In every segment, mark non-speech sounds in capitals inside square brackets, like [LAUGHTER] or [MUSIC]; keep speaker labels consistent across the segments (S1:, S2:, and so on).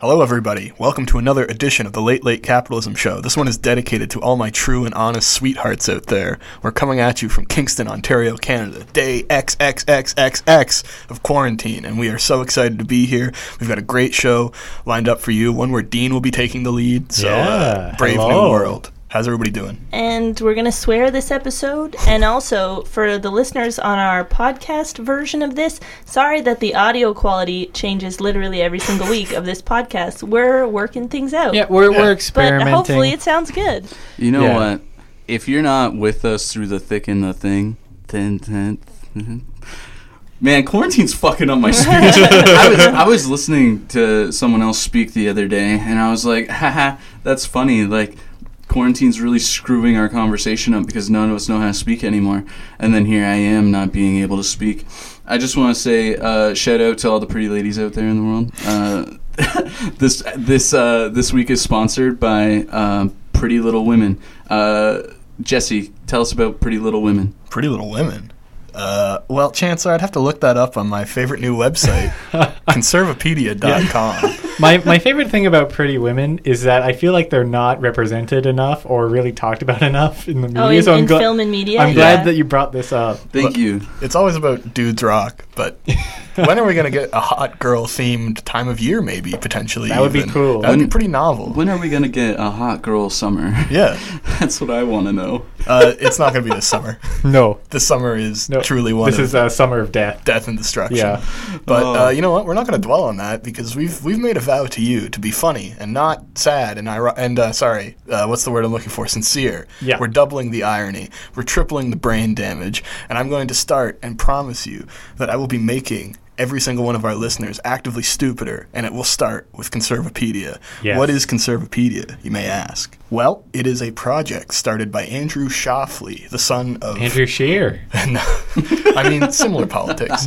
S1: Hello, everybody. Welcome to another edition of the Late Late Capitalism Show. This one is dedicated to all my true and honest sweethearts out there. We're coming at you from Kingston, Ontario, Canada, day XXXXX of quarantine, and we are so excited to be here. We've got a great show lined up for you, one where Dean will be taking the lead. So, uh,
S2: Yeah,
S1: Brave New
S2: hello.
S1: World. How's everybody doing?
S3: and we're going to swear this episode. And also, for the listeners on our podcast version of this, sorry that the audio quality changes literally every single week of this podcast. We're working things out.
S2: Yeah, we're,
S1: Yeah.
S2: we're
S3: But
S2: experimenting.
S3: hopefully, it sounds good.
S4: You know
S2: Yeah.
S4: what? If you're not with us through the thick and the thing, then then man, quarantine's fucking up my speech. I, was, I was listening to someone else speak the other day, and I was like, [LAUGHS] haha, that's funny. Like, quarantine's really screwing our conversation up because none of us know how to speak anymore. And then here I am not being able to speak. I just want to say uh, shout out to all the pretty ladies out there in the world. Uh, [LAUGHS] this this uh, this week is sponsored by uh, Pretty Little Women. Uh, Jesse, tell us about Pretty Little Women.
S1: Pretty Little Women. Uh, well, Chancellor, I'd have to look that up on my favorite new
S2: [LAUGHS]
S1: website, conservapedia.com.
S2: [LAUGHS] my, my favorite thing about Pretty Women is that I feel like they're not represented enough or really talked about enough in the media.
S3: Oh, in,
S2: so I'm,
S3: in
S2: gla-
S3: film and media.
S2: I'm glad
S3: yeah.
S2: that you brought this up.
S4: Thank you.
S1: It's always about dudes rock, but
S2: [LAUGHS]
S1: when are we going to get a hot girl themed time of year? Maybe potentially.
S2: That would be
S1: even?
S2: cool.
S1: That would be
S4: When-
S1: pretty novel.
S4: When are we gonna get a hot girl summer?
S1: yeah,
S4: [LAUGHS] That's what I want to know.
S1: uh, it's not going to be this summer. [LAUGHS]
S2: No,
S1: This summer is
S2: no.
S1: truly one
S2: This
S1: of
S2: is uh, Summer of Death.
S1: death and destruction.
S2: Yeah.
S1: But
S4: Oh.
S1: uh, you know what? We're not going to dwell on that because we've we've made a vow to you to be funny and not sad and iro- and uh, sorry, uh, what's the word I'm looking for? Sincere.
S2: Yeah.
S1: We're doubling the irony. We're tripling the brain damage. And I'm going to start and promise you that I will be making every single one of our listeners actively stupider, and it will start with Conservapedia.
S2: Yes.
S1: What is Conservapedia? You may ask. Well, it is a project started by Andrew Shoffley, the son of
S2: Andrew Shear.
S1: no. uh, I mean, similar politics.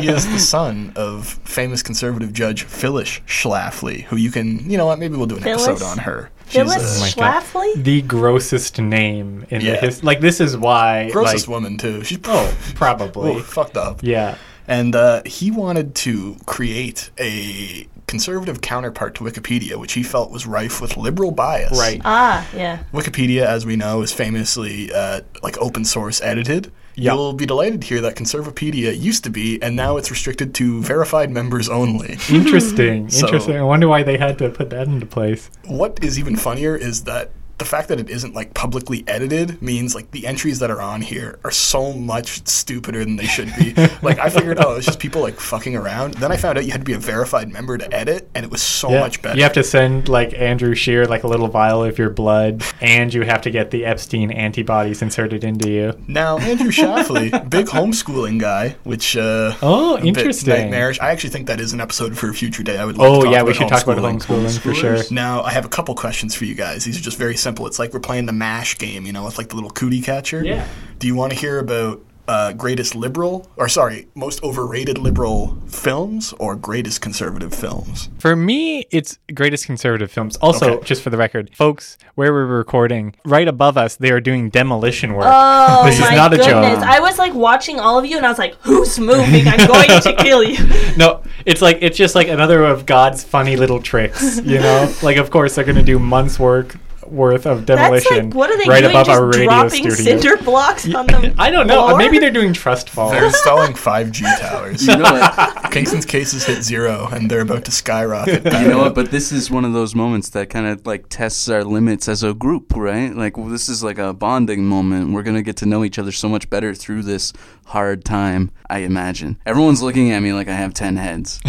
S1: He is the son of famous conservative judge Phyllis Schlafly, who you can, you know what, maybe we'll do an
S3: Phyllis?
S1: episode on her.
S3: Phyllis
S2: Oh my God.
S3: Schlafly?
S2: The grossest name in
S1: Yeah.
S2: the his Like, this is why.
S1: Grossest
S2: like,
S1: woman, too. She's
S2: Oh, probably.
S1: oh, fucked up.
S2: Yeah.
S1: And uh, he wanted to create a conservative counterpart to Wikipedia, which he felt was rife with liberal bias. [LAUGHS]
S2: Right. [LAUGHS]
S3: Ah, yeah.
S1: Wikipedia, as we know, is famously uh, like open source edited.
S2: Yeah.
S1: You'll be delighted to hear that Conservapedia used to be, and now it's restricted to verified members only.
S2: Interesting.
S1: So-
S2: Interesting. I wonder why they had to put that into place.
S1: what is even funnier is that the fact that it isn't like publicly edited means like the entries that are on here are so much stupider than they should
S2: [LAUGHS]
S1: be. like I figured, oh, it's just people like fucking around. Then I found out you had to be a verified member to edit, and it was so much better.
S2: You have to send like Andrew Shear like a little vial of your blood, and you have to get the Epstein antibodies inserted into you.
S1: Now Andrew Shafley, big homeschooling guy, which uh,
S2: Oh,
S1: a bit
S2: interesting.
S1: nightmarish. I actually think that is an episode for a future day. I would. Love to
S2: Oh
S1: talk
S2: yeah,
S1: about
S2: we should talk about
S1: homeschooling.
S2: homeschooling for sure.
S4: Homeschoolers.
S1: Now I have a couple questions for you guys. These are just very simple. It's like we're playing the mash game, you know, with like the little cootie catcher.
S2: Yeah.
S1: Do you want to hear about uh, greatest liberal, or sorry, most overrated liberal films, or greatest conservative films?
S2: For me, it's greatest conservative films. Also,
S1: Okay.
S2: just for the record, folks, where we were recording, right above us, they are doing demolition work.
S3: Oh
S2: This is
S3: my
S2: not a
S3: goodness!
S2: joke.
S3: I was like watching all of you, and I was like, "Who's moving? I'm going to kill
S2: [LAUGHS]
S3: you."
S2: No, it's like it's just like another of God's funny little tricks.
S3: [LAUGHS]
S2: You know, like of course they're gonna do months work worth of
S3: That's
S2: demolition
S3: like, what are they
S2: right
S3: doing?
S2: above
S3: just
S2: our radio
S3: dropping
S2: studio.
S3: cinder blocks on them?
S2: [LAUGHS] I don't know. Uh,
S3: floor?
S2: Maybe they're doing
S3: [LAUGHS]
S2: trust falls.
S1: They're installing 5G towers.
S4: You know what?
S1: Kingston's cases hit zero, and they're about to [LAUGHS] skyrocket. back
S4: You know
S1: up.
S4: what? But this is one of those moments that kind of like tests our limits as a group, right? Like well, this is like a bonding moment. We're gonna get to know each other so much better through this hard time. I imagine everyone's looking at me like I have
S2: [LAUGHS]
S4: ten heads.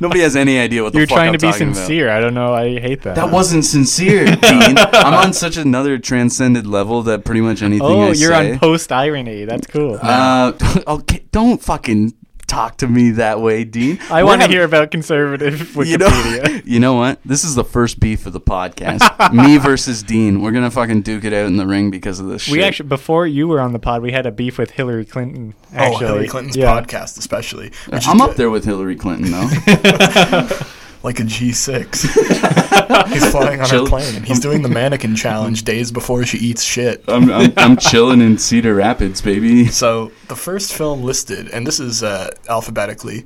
S4: Nobody has any idea what the
S2: You're
S4: fuck
S2: trying
S4: I'm
S2: to be
S4: talking about.
S2: sincere. I don't know. I hate that.
S4: That
S2: [LAUGHS]
S4: wasn't sincere, Dean. I'm on such another transcended level that pretty much anything
S2: Oh,
S4: I
S2: you're
S4: say.
S2: on post irony. That's cool.
S4: Uh, [LAUGHS] okay, don't fucking talk to me that way, Dean.
S2: I
S4: We're
S2: want to
S4: having-
S2: hear about conservative Wikipedia.
S4: You [LAUGHS] know, you know what? This is the first beef of the podcast. me versus Dean. We're gonna fucking duke it out in the ring because of this.
S2: we
S4: shit.
S2: actually before you were on the pod, we had a beef with Hillary Clinton.
S1: Oh,
S2: Actually,
S1: Hillary Clinton's
S2: yeah.
S1: podcast, especially. Which
S4: I'm
S1: is
S4: up there with Hillary Clinton though.
S1: like a G6. [LAUGHS] he's flying on
S4: Chill.
S1: a plane, and he's doing the mannequin challenge days before she eats shit.
S4: I'm, I'm, I'm chilling in Cedar Rapids, baby.
S1: So the first film listed, and this is uh, alphabetically,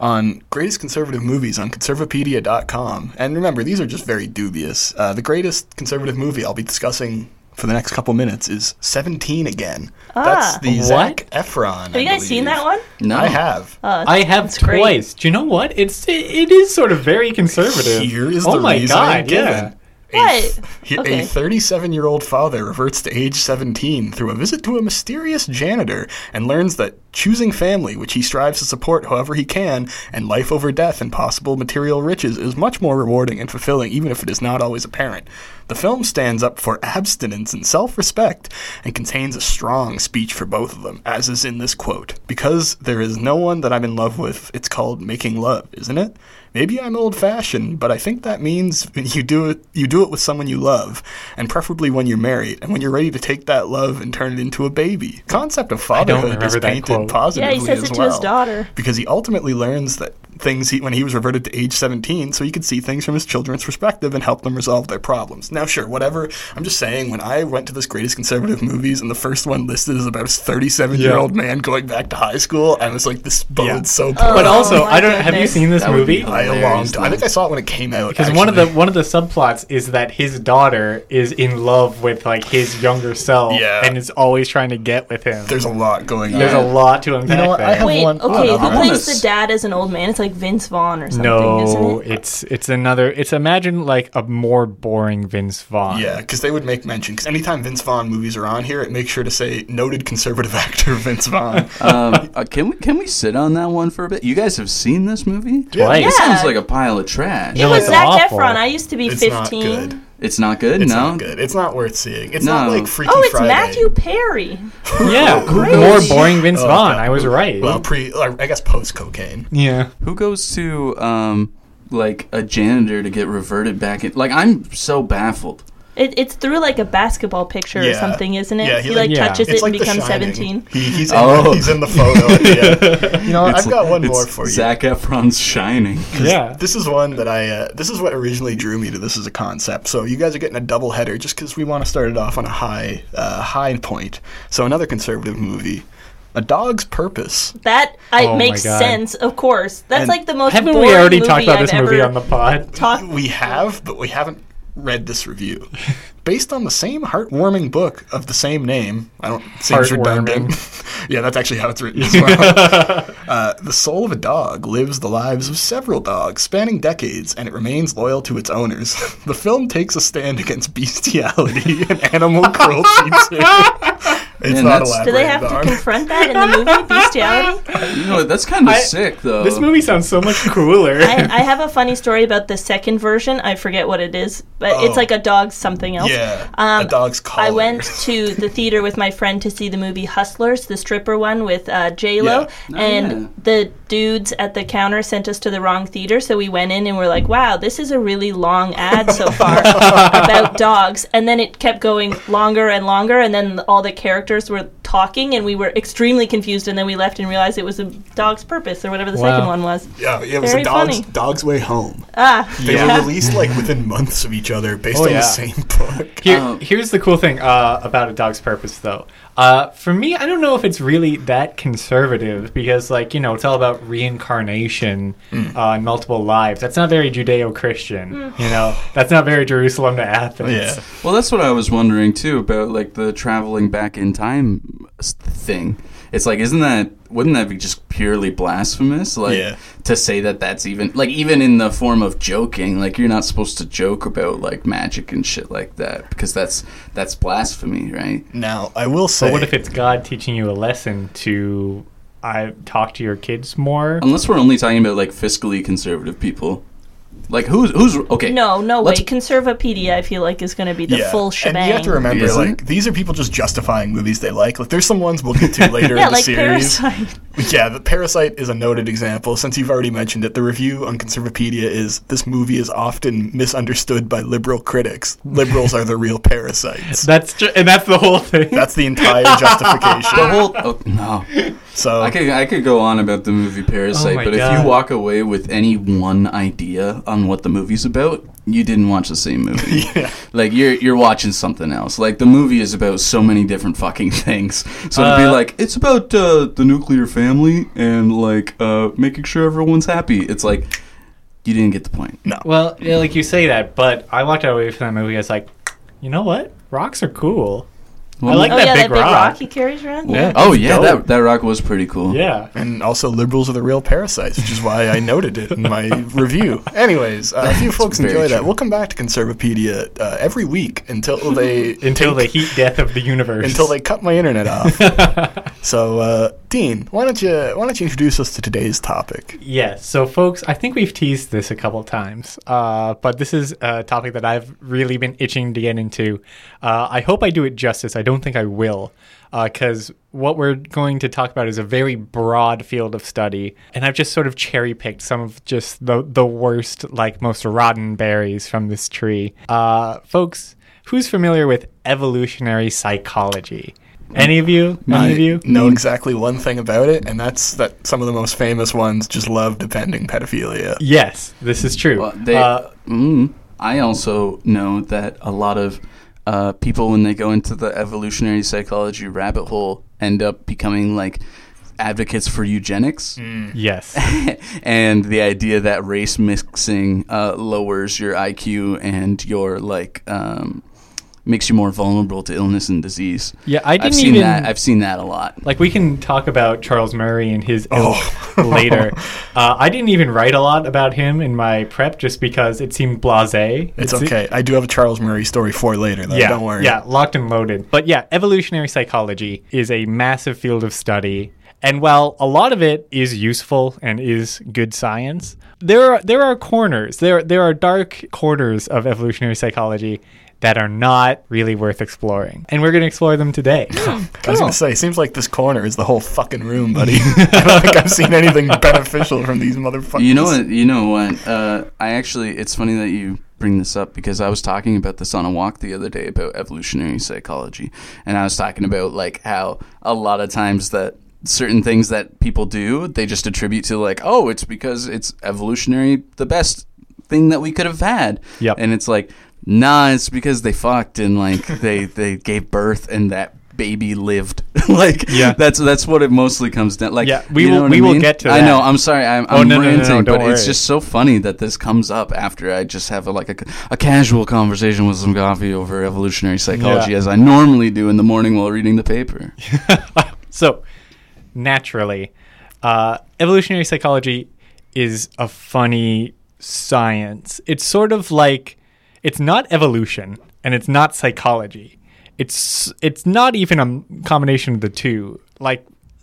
S1: on greatest conservative movies on conservapedia.com. And remember, these are just very dubious. Uh, the greatest conservative movie I'll be discussing for the next couple minutes is 17 again. That's
S3: Ah.
S1: the
S2: What?
S1: Zac Efron.
S3: Have you guys seen that one?
S4: No.
S1: I have.
S3: Uh,
S2: I have
S3: That's great.
S2: twice. Do you know what? It's it, it is sort of very conservative.
S1: Here is
S2: oh
S1: the
S2: my
S1: reason
S2: god!
S1: I'm given.
S2: Yeah.
S3: What?
S1: He-
S3: Okay.
S1: A 37 year old father reverts to age 17 through a visit to a mysterious janitor and learns that choosing family, which he strives to support however he can, and life over death and possible material riches is much more rewarding and fulfilling, even if it is not always apparent. The film stands up for abstinence and self respect and contains a strong speech for both of them, as is in this quote Because there is no one that I'm in love with, it's called making love, isn't it? Maybe I'm old fashioned, but I think that means [LAUGHS] when you do it you do it with someone you love, and preferably when you're married, and when you're ready to take that love and turn it into a baby. Concept of fatherhood
S2: remember
S1: is
S2: that
S1: painted
S2: quote.
S3: yeah,
S1: positively
S3: he says
S1: as
S3: it to
S1: well.
S3: his daughter.
S1: Because he ultimately learns that things he, when he was reverted to age 17, so he could see things from his children's perspective and help them resolve their problems. Now, sure, whatever. I'm just saying, when I went to this greatest conservative movies, and the first one listed is about a 37 year old man going back to high school, I was like, this bodes
S2: Yeah.
S1: so poorly.
S2: But
S3: Oh
S2: also,
S3: my
S2: I don't. Have you
S3: goodness.
S2: seen this
S4: That would be
S2: movie?
S1: I
S4: hilarious.
S1: a long time. I
S4: though.
S1: think I saw it when it came out.
S2: Because one of the
S1: actually.
S2: one of the subplots is that his daughter is in love with like his younger self
S1: Yeah.
S2: and is always trying to get with him. There's,
S1: there's a lot going on.
S2: a lot to unpack
S1: what, I
S2: there.
S1: have-
S3: Wait,
S1: one-
S3: okay,
S1: oh,
S3: who
S4: another
S3: plays
S4: one.
S3: the dad as an old man? It's like Vince Vaughn or something,
S2: no,
S3: isn't it?
S2: it's it's another. It's imagine like a more boring Vince Vaughn.
S1: Yeah, because they would make mention. Because anytime Vince Vaughn movies are on here, it makes sure to say noted conservative [LAUGHS] actor Vince Vaughn.
S4: um, uh, can we can we sit on that one for a bit? You guys have seen this movie?
S2: Twice.
S4: It
S3: Yeah.
S4: sounds like a pile of trash.
S2: No,
S3: it was
S2: it's
S3: Zac
S2: awful.
S3: Efron. I used to be
S1: It's
S3: 15.
S1: not good.
S4: It's not good.
S1: It's
S4: no.
S1: not good. It's not worth seeing. It's not
S4: No.
S1: like Freaky
S3: Oh, it's
S1: Friday. [LAUGHS]
S3: Matthew Perry.
S2: Yeah,
S1: Crazy.
S2: more boring Vince
S1: Oh,
S2: Vaughn.
S1: God.
S2: I was right.
S1: Well, pre, or I guess post cocaine.
S2: yeah,
S4: Who goes to um like a janitor to get reverted back in? Like I'm so baffled.
S3: It, it's through like a basketball picture or
S1: Yeah.
S3: something, isn't it?
S1: Yeah,
S3: he,
S1: he,
S3: like
S1: like-
S2: Yeah.
S3: touches
S1: It's
S3: it
S1: like
S3: and
S1: The
S3: becomes
S1: Shining.
S3: 17.
S1: He, he's, in,
S4: Oh.
S1: he's in the
S4: [LAUGHS]
S1: photo. yeah. You know, what,
S4: It's-
S1: Uh, I've got one
S4: it's
S1: more for you.
S4: Zac Efron's Shining.
S2: yeah.
S1: This is one that I. Uh, this is what originally drew me to this as a concept. So you guys are getting a double header just because we want to start it off on a high, uh, high point. So another conservative movie, A Dog's Purpose.
S3: That I,
S2: Oh my
S3: makes
S2: God.
S3: sense, of course. That's
S1: And
S3: like the most
S2: Haven't
S3: boring
S2: we already
S3: movie
S2: talked about
S3: I've
S2: this
S3: ever
S2: movie on the pod?
S1: [LAUGHS]
S3: talked.
S1: We have, but we haven't read this
S4: [LAUGHS]
S1: review. Based on the same heartwarming book of the same name, I don't seems
S2: Heartwarming.
S1: redundant. [LAUGHS] yeah, that's actually how it's written
S4: [LAUGHS]
S1: as well. uh, the soul of a dog lives the lives of several dogs, spanning decades, and it remains loyal to its owners. [LAUGHS] the film takes a stand against bestiality [LAUGHS] and animal cruelty too.
S3: [LAUGHS]
S1: It's
S4: Man,
S1: not
S4: that's-
S1: elaborate.
S3: Do they have to confront that in the movie Bestiality?
S4: You know what? That's kind of
S2: I-
S4: sick though.
S2: This movie sounds so much cooler.
S3: I, I have a funny story about the second version. I forget what it is, but it's
S1: Oh.
S3: like a dog something else.
S1: Yeah,
S3: Um,
S1: a dog's collar.
S3: I went to the theater with my friend to see the movie Hustlers, the stripper one with uh, J Lo,
S4: Yeah. Oh,
S3: and
S4: yeah.
S3: the dudes at the counter sent us to the wrong theater, so we went in and we're like, "Wow, this is a really long ad
S1: [LAUGHS]
S3: so far about dogs." And then it kept going longer and longer, and then all the characters were talking, and we were extremely confused. And then we left and realized it was a dog's purpose or whatever the
S2: Wow.
S3: second one was.
S1: Yeah, it was
S3: Very
S1: a dog's,
S3: funny.
S1: dog's way home.
S3: Ah,
S1: They
S4: Yeah.
S1: were released like within months of each other based
S2: Oh,
S1: on
S2: yeah.
S1: the same book.
S2: Here,
S4: Um,
S2: here's the cool thing uh, about a dog's purpose, though. Uh, for me, I don't know if it's really that conservative because, like, you know, it's all about reincarnation uh, and multiple lives. That's not very Judeo-Christian,
S3: Mm.
S2: you know. That's not very Jerusalem to Athens.
S1: Yeah.
S4: Well, that's what I was wondering too about like the traveling back in time s- thing. It's like, isn't that wouldn't that be just purely blasphemous? Like
S1: Yeah.
S4: to say that that's even like even in the form of joking, like you're not supposed to joke about like magic and shit like that because that's that's blasphemy, right?
S1: Now, I will say.
S2: But what if it's God teaching you a lesson to I talk to your kids more?
S4: Unless we're only talking about like fiscally conservative people. Like who's who's okay?
S3: no, no
S4: Let's-
S3: way. Conservapedia, I feel like, is going to be the full shebang.
S1: And you have to remember,
S4: Isn't
S1: like, these are people just justifying movies they like. Like, there's some ones we'll get to later
S3: yeah,
S1: in the
S3: like
S1: series.
S3: Parasite.
S1: Yeah, the Parasite is a noted example. Since you've already mentioned it, the review on Conservapedia is this movie is often misunderstood by liberal critics. Liberals are the real parasites.
S2: [LAUGHS] That's ju- and that's the whole thing.
S1: That's the entire justification.
S4: The whole oh, no.
S1: so
S4: I could I could go on about the movie Parasite,
S2: Oh my
S4: but
S2: God.
S4: if you walk away with any one idea on what the movie's about, you didn't watch the same movie.
S2: [LAUGHS]
S4: Like you're you're watching something else. Like the movie is about so many different fucking [LAUGHS] things. So to be
S2: Uh,
S4: like it's about uh, the nuclear family and like uh, making sure everyone's happy. It's like you didn't get the point.
S2: [LAUGHS] Well, yeah, like you say that, but I walked away from that movie. I was like, you know what? Rocks are cool.
S4: Well,
S2: I like
S3: Oh
S2: that
S3: yeah,
S2: big
S3: that big rock.
S2: rock.
S3: he carries around.
S1: Yeah.
S4: Oh yeah,
S2: dope.
S4: that that rock was pretty cool.
S2: Yeah.
S1: And also, liberals are the real parasites, which is why I noted it in
S2: [LAUGHS]
S1: my review. Anyways, uh, a few folks
S4: very
S1: enjoy that.
S4: true.
S1: We'll come back to Conservapedia uh, every week until
S2: [LAUGHS]
S1: they
S2: Until the
S1: take-
S2: heat death of the universe.
S1: [LAUGHS] until they cut my internet off.
S2: [LAUGHS]
S1: so, uh, Dean, why don't you why don't you introduce us to today's topic?
S2: Yes. So, folks, I think we've teased this a couple times, uh, but this is a topic that I've really been itching to get into. Uh, I hope I do it justice. I don't think I will, because what we're going to talk about is a very broad field of study, and I've just sort of cherry picked some of just the the worst, like most rotten berries from this tree. Uh, folks, who's familiar with evolutionary psychology? Any of you? Any of you?
S1: know exactly one thing about it, and that's that some of the most famous ones just love defending pedophilia.
S2: Yes, this is true.
S4: Well, they,
S2: Uh,
S4: mm, I also know that a lot of uh, people, when they go into the evolutionary psychology rabbit hole, end up becoming like advocates for eugenics
S2: Mm. yes.
S4: [LAUGHS] and the idea that race mixing uh, lowers your IQ and your like um, makes you more vulnerable to illness and disease.
S2: Yeah, I didn't
S4: have seen
S2: even-
S4: that. I've seen that a lot.
S2: Like we can talk about Charles Murray and his ilk
S1: Oh. [LAUGHS]
S2: later. Uh, I didn't even write a lot about him in my prep just because it seemed blasé.
S1: It's okay. I do have a Charles Murray story for later, though.
S2: Yeah,
S1: Don't worry.
S2: Yeah, locked and loaded. But yeah, evolutionary psychology is a massive field of study, and while a lot of it is useful and is good science, there are there are corners. There there are dark corners of evolutionary psychology that are not really worth exploring, and we're going to explore them
S1: [GASPS]
S2: today. [LAUGHS]
S1: I was going to say, it seems like this corner is the whole fucking room, buddy. [LAUGHS] I don't think I've seen anything beneficial from these motherfuckers.
S4: You know what? You know what? Uh, I actually, it's funny that you bring this up because I was talking about this on a walk the other day about evolutionary psychology, and I was talking about like how a lot of times that certain things that people do they just attribute to like oh it's because it's evolutionary the best thing that we could have had
S2: Yep.
S4: and it's like nah it's because they fucked and
S2: [LAUGHS]
S4: like they they gave birth and that baby lived [LAUGHS] like
S2: Yeah.
S4: that's that's what it mostly comes down like
S2: Yeah, we
S4: you know
S2: will-
S4: what
S2: we
S4: I
S2: will
S4: mean?
S2: get to
S4: i
S2: that.
S4: know i'm sorry i'm,
S2: Oh,
S4: I'm
S2: no, no, no, no,
S4: ranting
S2: don't
S4: but it's
S2: worry.
S4: just so funny that this comes up after I just have a, like a, a casual conversation with some coffee over evolutionary psychology
S2: Yeah.
S4: as I normally do in the morning while reading the paper.
S2: So, naturally, uh, evolutionary psychology is a funny science. It's sort of like it's not evolution and it's not psychology. It's it's not even a m- combination of the two. Like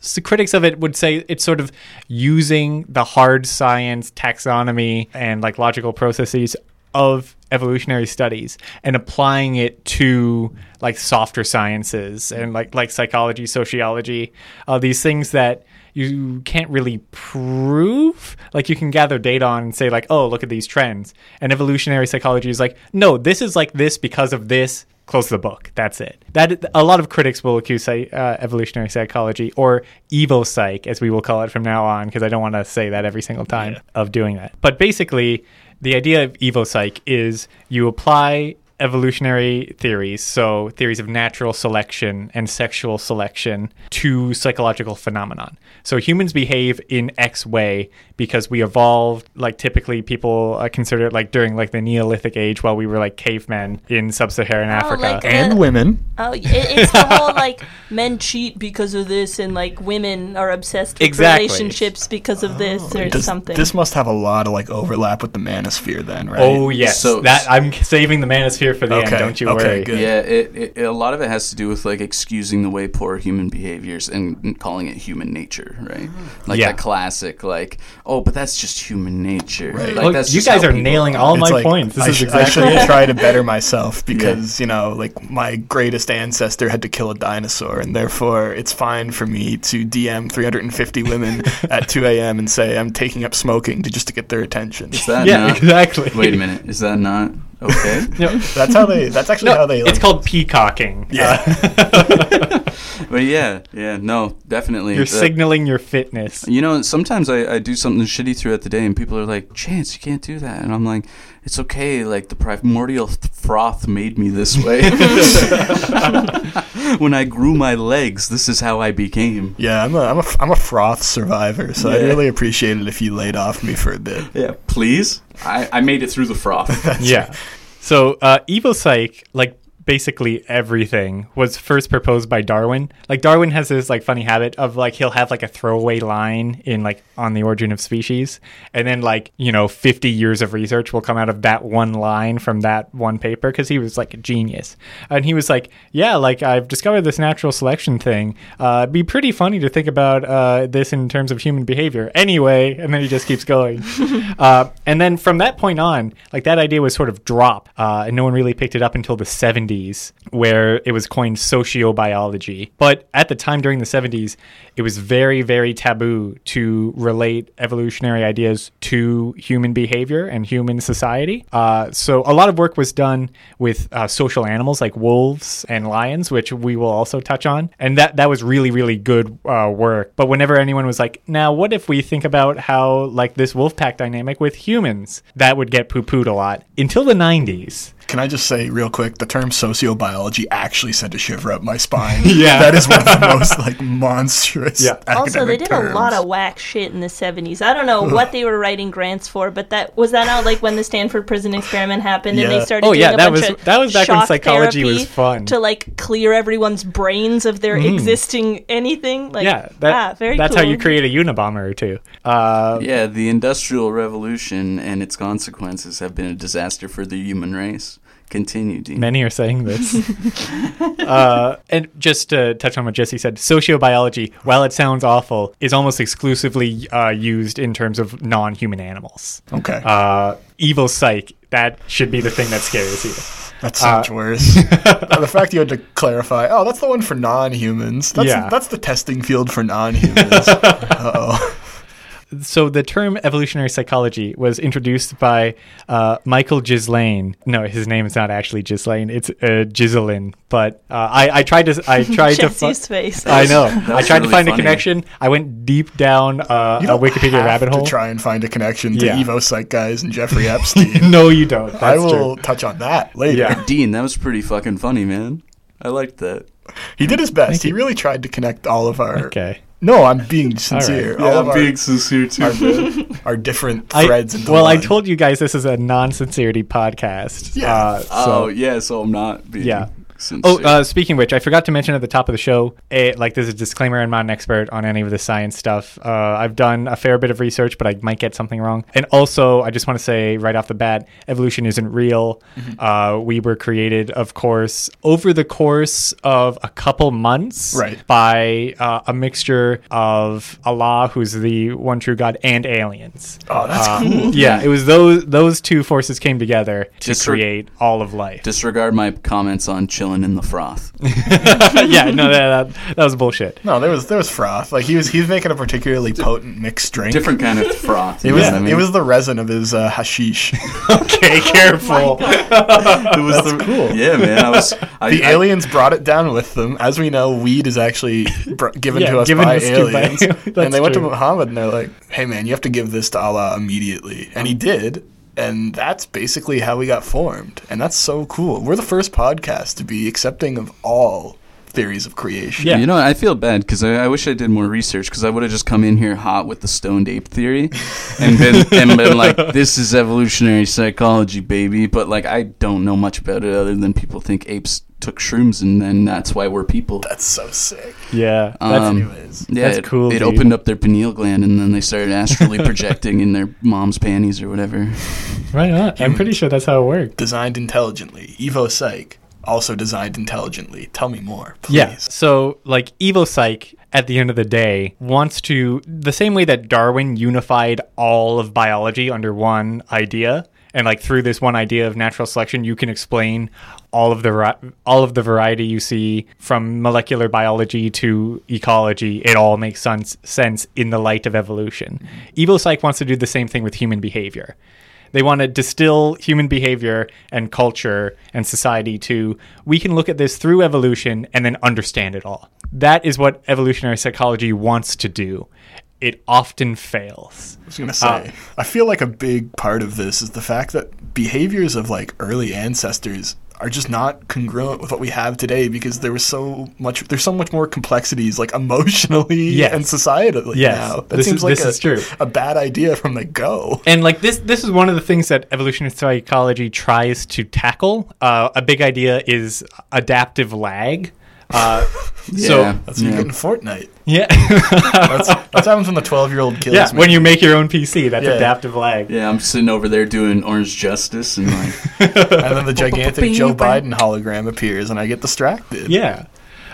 S2: s- critics of it would say it's sort of using the hard science taxonomy and like logical processes of evolutionary studies and applying it to like softer sciences and like like psychology, sociology, uh, these things that you can't really prove. Like you can gather data on and say like, oh, look at these trends. And evolutionary psychology is like, no, this is like this because of this. Close the book. That's it. That a lot of critics will accuse psy- uh, evolutionary psychology or evil psych, as we will call it from now on, because I don't want to say that every single time of doing that. But basically, the idea of evo psych is you apply evolutionary theories, so theories of natural selection and sexual selection, to psychological phenomenon. So humans behave in X way because we evolved. Like typically, people uh, consider it like during like the Neolithic age, while we were like cavemen in sub-Saharan Africa.
S3: like, uh,
S1: And women.
S3: Oh, it, it's the
S2: [LAUGHS]
S3: whole like men cheat because of this, and like women are obsessed with
S2: Exactly.
S3: relationships because of this or
S1: Does-
S3: something.
S1: This must have a lot of like overlap with the manosphere, then, right?
S2: Oh yes,
S4: So-
S2: that I'm saving the manosphere for the
S1: Okay,
S2: end. Don't you
S1: okay,
S2: worry.
S1: good.
S4: Yeah, it, it, a lot of it has to do with like excusing the way poor human behaviors and calling it human nature, right? Like
S2: Yeah.
S4: the classic, like oh, but that's just human nature.
S1: Right.
S4: Like,
S2: Look,
S4: that's
S2: you
S4: just
S2: guys
S4: how
S2: are
S4: people
S2: nailing all
S1: It's
S2: my
S1: like,
S2: points. This
S1: I,
S2: is
S1: sh-
S2: exactly
S1: I
S2: it.
S1: should try to better myself because you know, like my greatest ancestor had to kill a dinosaur, and therefore it's fine for me to DM 350 women at 2 a.m. and say I'm taking up smoking to just to get their attention.
S4: Is that
S2: [LAUGHS] Yeah,
S4: not-
S2: exactly.
S4: Wait a minute, is that not Okay.
S2: [LAUGHS] No,
S5: That's how they. That's actually [LAUGHS] how
S2: no
S5: they.
S2: it's called peacocking.
S1: Yeah.
S4: but yeah, yeah, no, definitely.
S2: You're
S4: That-
S2: signaling your fitness.
S4: You know, sometimes I, I do something shitty throughout the day, and people are like, "Chance, you can't do that," and I'm like, "It's okay. Like the primordial th- froth made me this way. [LAUGHS] when I grew my legs, this is how I became."
S1: Yeah, I'm a, I'm a, I'm a froth survivor, so I'd
S4: Yeah.
S1: really appreciate it if you laid off me for a bit.
S4: Yeah, please. I, I made it through the froth.
S2: yeah. So uh, evil psych, like basically everything, was first proposed by Darwin. Like Darwin has this like funny habit of like he'll have like a throwaway line in like on the origin of species, and then like you know fifty years of research will come out of that one line from that one paper because he was like a genius, and he was like, yeah, like I've discovered this natural selection thing. Uh, it'd be pretty funny to think about uh, this in terms of human behavior. Anyway, and then he just keeps going. uh, and then from that point on, like that idea was sort of drop, uh, and no one really picked it up until the 70s, where it was coined sociobiology. But at the time during the 70s, it was very, very taboo to relate evolutionary ideas to human behavior and human society. Uh, so a lot of work was done with uh, social animals like wolves and lions, which we will also touch on. And that that was really really good uh, work. But whenever anyone was like, "Now, what if we think about how like this wolf pack dynamic with humans?" That would get poo pooed a lot until the '90s.
S1: Can I just say real quick, the term sociobiology actually sent a shiver up my spine.
S2: [LAUGHS] Yeah.
S1: That is one of the most like monstrous
S2: Yeah.
S3: Also, they
S1: academic
S3: did
S1: terms.
S3: a lot of whack shit in the 70s. I don't know what they were writing grants for, but that was that not like when the Stanford prison experiment happened and
S1: Yeah.
S3: they started
S2: Oh,
S3: doing
S2: yeah,
S3: a
S2: that
S3: bunch
S2: was-
S3: of
S2: that was back when
S3: shock
S2: psychology was
S3: therapy
S2: fun.
S3: to like clear everyone's brains of their
S1: Mm.
S3: existing anything. Like,
S2: Yeah, that,
S3: ah, very
S2: that's how
S3: cool.
S2: you create a Unabomber or two. Uh,
S4: [LAUGHS] yeah, the Industrial Revolution and its consequences have been a disaster for the human race. Continue, Dean.
S2: Many are saying this. uh, and just to touch on what Jesse said, sociobiology, while it sounds awful, is almost exclusively uh, used in terms of non human animals.
S1: Okay.
S2: Uh, evil psych, that should be the thing that scares you.
S1: that's so
S2: uh,
S1: much
S2: [LAUGHS]
S1: worse. Uh, the fact you had to clarify, oh, that's the one for non humans. That's,
S2: Yeah.
S1: that's the testing field for non
S2: [LAUGHS]
S1: humans. uh oh.
S2: So the term evolutionary psychology was introduced by uh, Michael Ghislaine. No, his name is not actually Ghislaine, it's uh, Ghislaine. But uh, I, I tried to. I tried to. fu-
S3: Jesse's face.
S2: I know.
S4: That
S2: I
S4: was
S2: tried to
S4: really
S2: find a
S4: funny.
S2: connection. I went deep down uh, a
S1: You don't
S2: Wikipedia
S1: have
S2: rabbit hole.
S1: To try and find a connection to
S2: Yeah.
S1: Evo Psych guys and Jeffrey Epstein.
S2: [LAUGHS] No, you don't. [LAUGHS] That's
S1: I will
S2: true.
S1: touch on that later.
S2: Yeah.
S4: Dean, that was pretty fucking funny, man. I liked that.
S1: He did his best. He really tried to connect all of our.
S2: Okay.
S1: No, I'm being sincere. All, of
S4: Yeah, I'm
S1: our,
S4: being sincere too, man.
S1: our different
S2: I,
S1: threads. into
S2: well, I
S1: one.
S2: told you guys this is a non-sincerity podcast.
S1: Yeah.
S2: Uh, so,
S4: Oh yeah, so I'm not being
S2: Yeah.
S4: sincere.
S2: Oh, uh, speaking of which, I forgot to mention at the top of the show, eh, like there's a disclaimer. I'm not an expert on any of the science stuff. Uh, I've done a fair bit of research, but I might get something wrong. And also, I just want to say right off the bat, evolution isn't real.
S1: Mm-hmm.
S2: Uh, we were created, of course, over the course of a couple months,
S1: Right.
S2: by uh, a mixture of Allah, who's the one true God, and aliens.
S1: Oh, that's
S2: Uh,
S1: cool.
S2: Yeah, it was those those two forces came together to
S4: Just re-
S2: create all of life.
S4: Disregard my comments on chilling in the froth.
S2: [LAUGHS] yeah, no, that, that, that was bullshit.
S1: No, there was there was froth. Like he was he was making a particularly potent mixed drink.
S4: Different
S2: [LAUGHS]
S4: kind of froth.
S1: It
S4: you
S1: was
S4: know what I mean?
S1: it was the resin of his uh, hashish. [LAUGHS] Oh
S2: Okay, careful.
S4: It was
S1: That's cool.
S4: Yeah, man.
S2: [LAUGHS]
S4: I was I,
S1: The
S4: I-
S1: aliens brought it down with them. As we know, weed is actually br- given
S2: Yeah,
S1: to us
S2: given
S1: by
S2: us to by-
S1: aliens.
S2: [LAUGHS] That's
S1: and they went to
S2: true.
S1: Muhammad and they're like, "Hey, man, you have to give this to Allah immediately," and he did. And that's basically how we got formed. And that's so cool. We're the first podcast to be accepting of all theories of creation.
S2: Yeah.
S4: You know, I feel bad because I, I wish I did more research because I would have just come in here hot with the stoned ape theory and been and been like,
S2: [LAUGHS]
S4: "This is evolutionary psychology, baby." But like, I don't know much about it other than people think apes took shrooms and then that's why we're people.
S1: That's so sick.
S2: yeah, that's,
S4: Um,
S1: Anyways,
S4: Yeah,
S2: That's
S4: it-
S2: cool,
S4: It
S2: dude.
S4: opened up their pineal gland, and then they
S2: [LAUGHS]
S4: started astrally projecting in their mom's panties or whatever.
S2: right on. I'm pretty sure that's how it worked.
S1: designed intelligently. Evo Psych also designed intelligently. Tell me more, please.
S2: Yeah. So, like, Evo Psych at the end of the day wants to the same way that Darwin unified all of biology under one idea. And like through this one idea of natural selection, you can explain all of the ri- all of the variety you see from molecular biology to ecology. It all makes sense sense in the light of evolution. Evo Psych wants to do the same thing with human behavior. They want to distill human behavior and culture and society to we can look at this through evolution and then understand it all. That is what evolutionary psychology wants to do. It often fails.
S1: I was gonna say,
S2: Uh,
S1: I feel like a big part of this is the fact that behaviors of like early ancestors are just not congruent with what we have today because there was so much there's so much more complexities like emotionally [LAUGHS]
S2: Yes.
S1: and societally
S2: Yes.
S1: now. That
S2: This
S1: seems
S2: is-
S1: like
S2: this
S1: a,
S2: is true.
S1: a bad idea from the go.
S2: and like this this is one of the things that evolutionary psychology tries to tackle uh, a big idea is adaptive lag uh, so
S1: That's what you
S4: Yeah.
S1: get in Fortnite.
S2: yeah [LAUGHS]
S1: That's, that's happens when the twelve year old kills
S2: yeah
S1: me.
S2: when you make your own pc that's
S1: Yeah.
S2: adaptive lag
S4: Yeah, I'm sitting over there doing Orange Justice and
S2: [LAUGHS]
S4: like,
S1: and [LAUGHS] then the gigantic Joe Biden hologram appears and I get distracted.
S2: yeah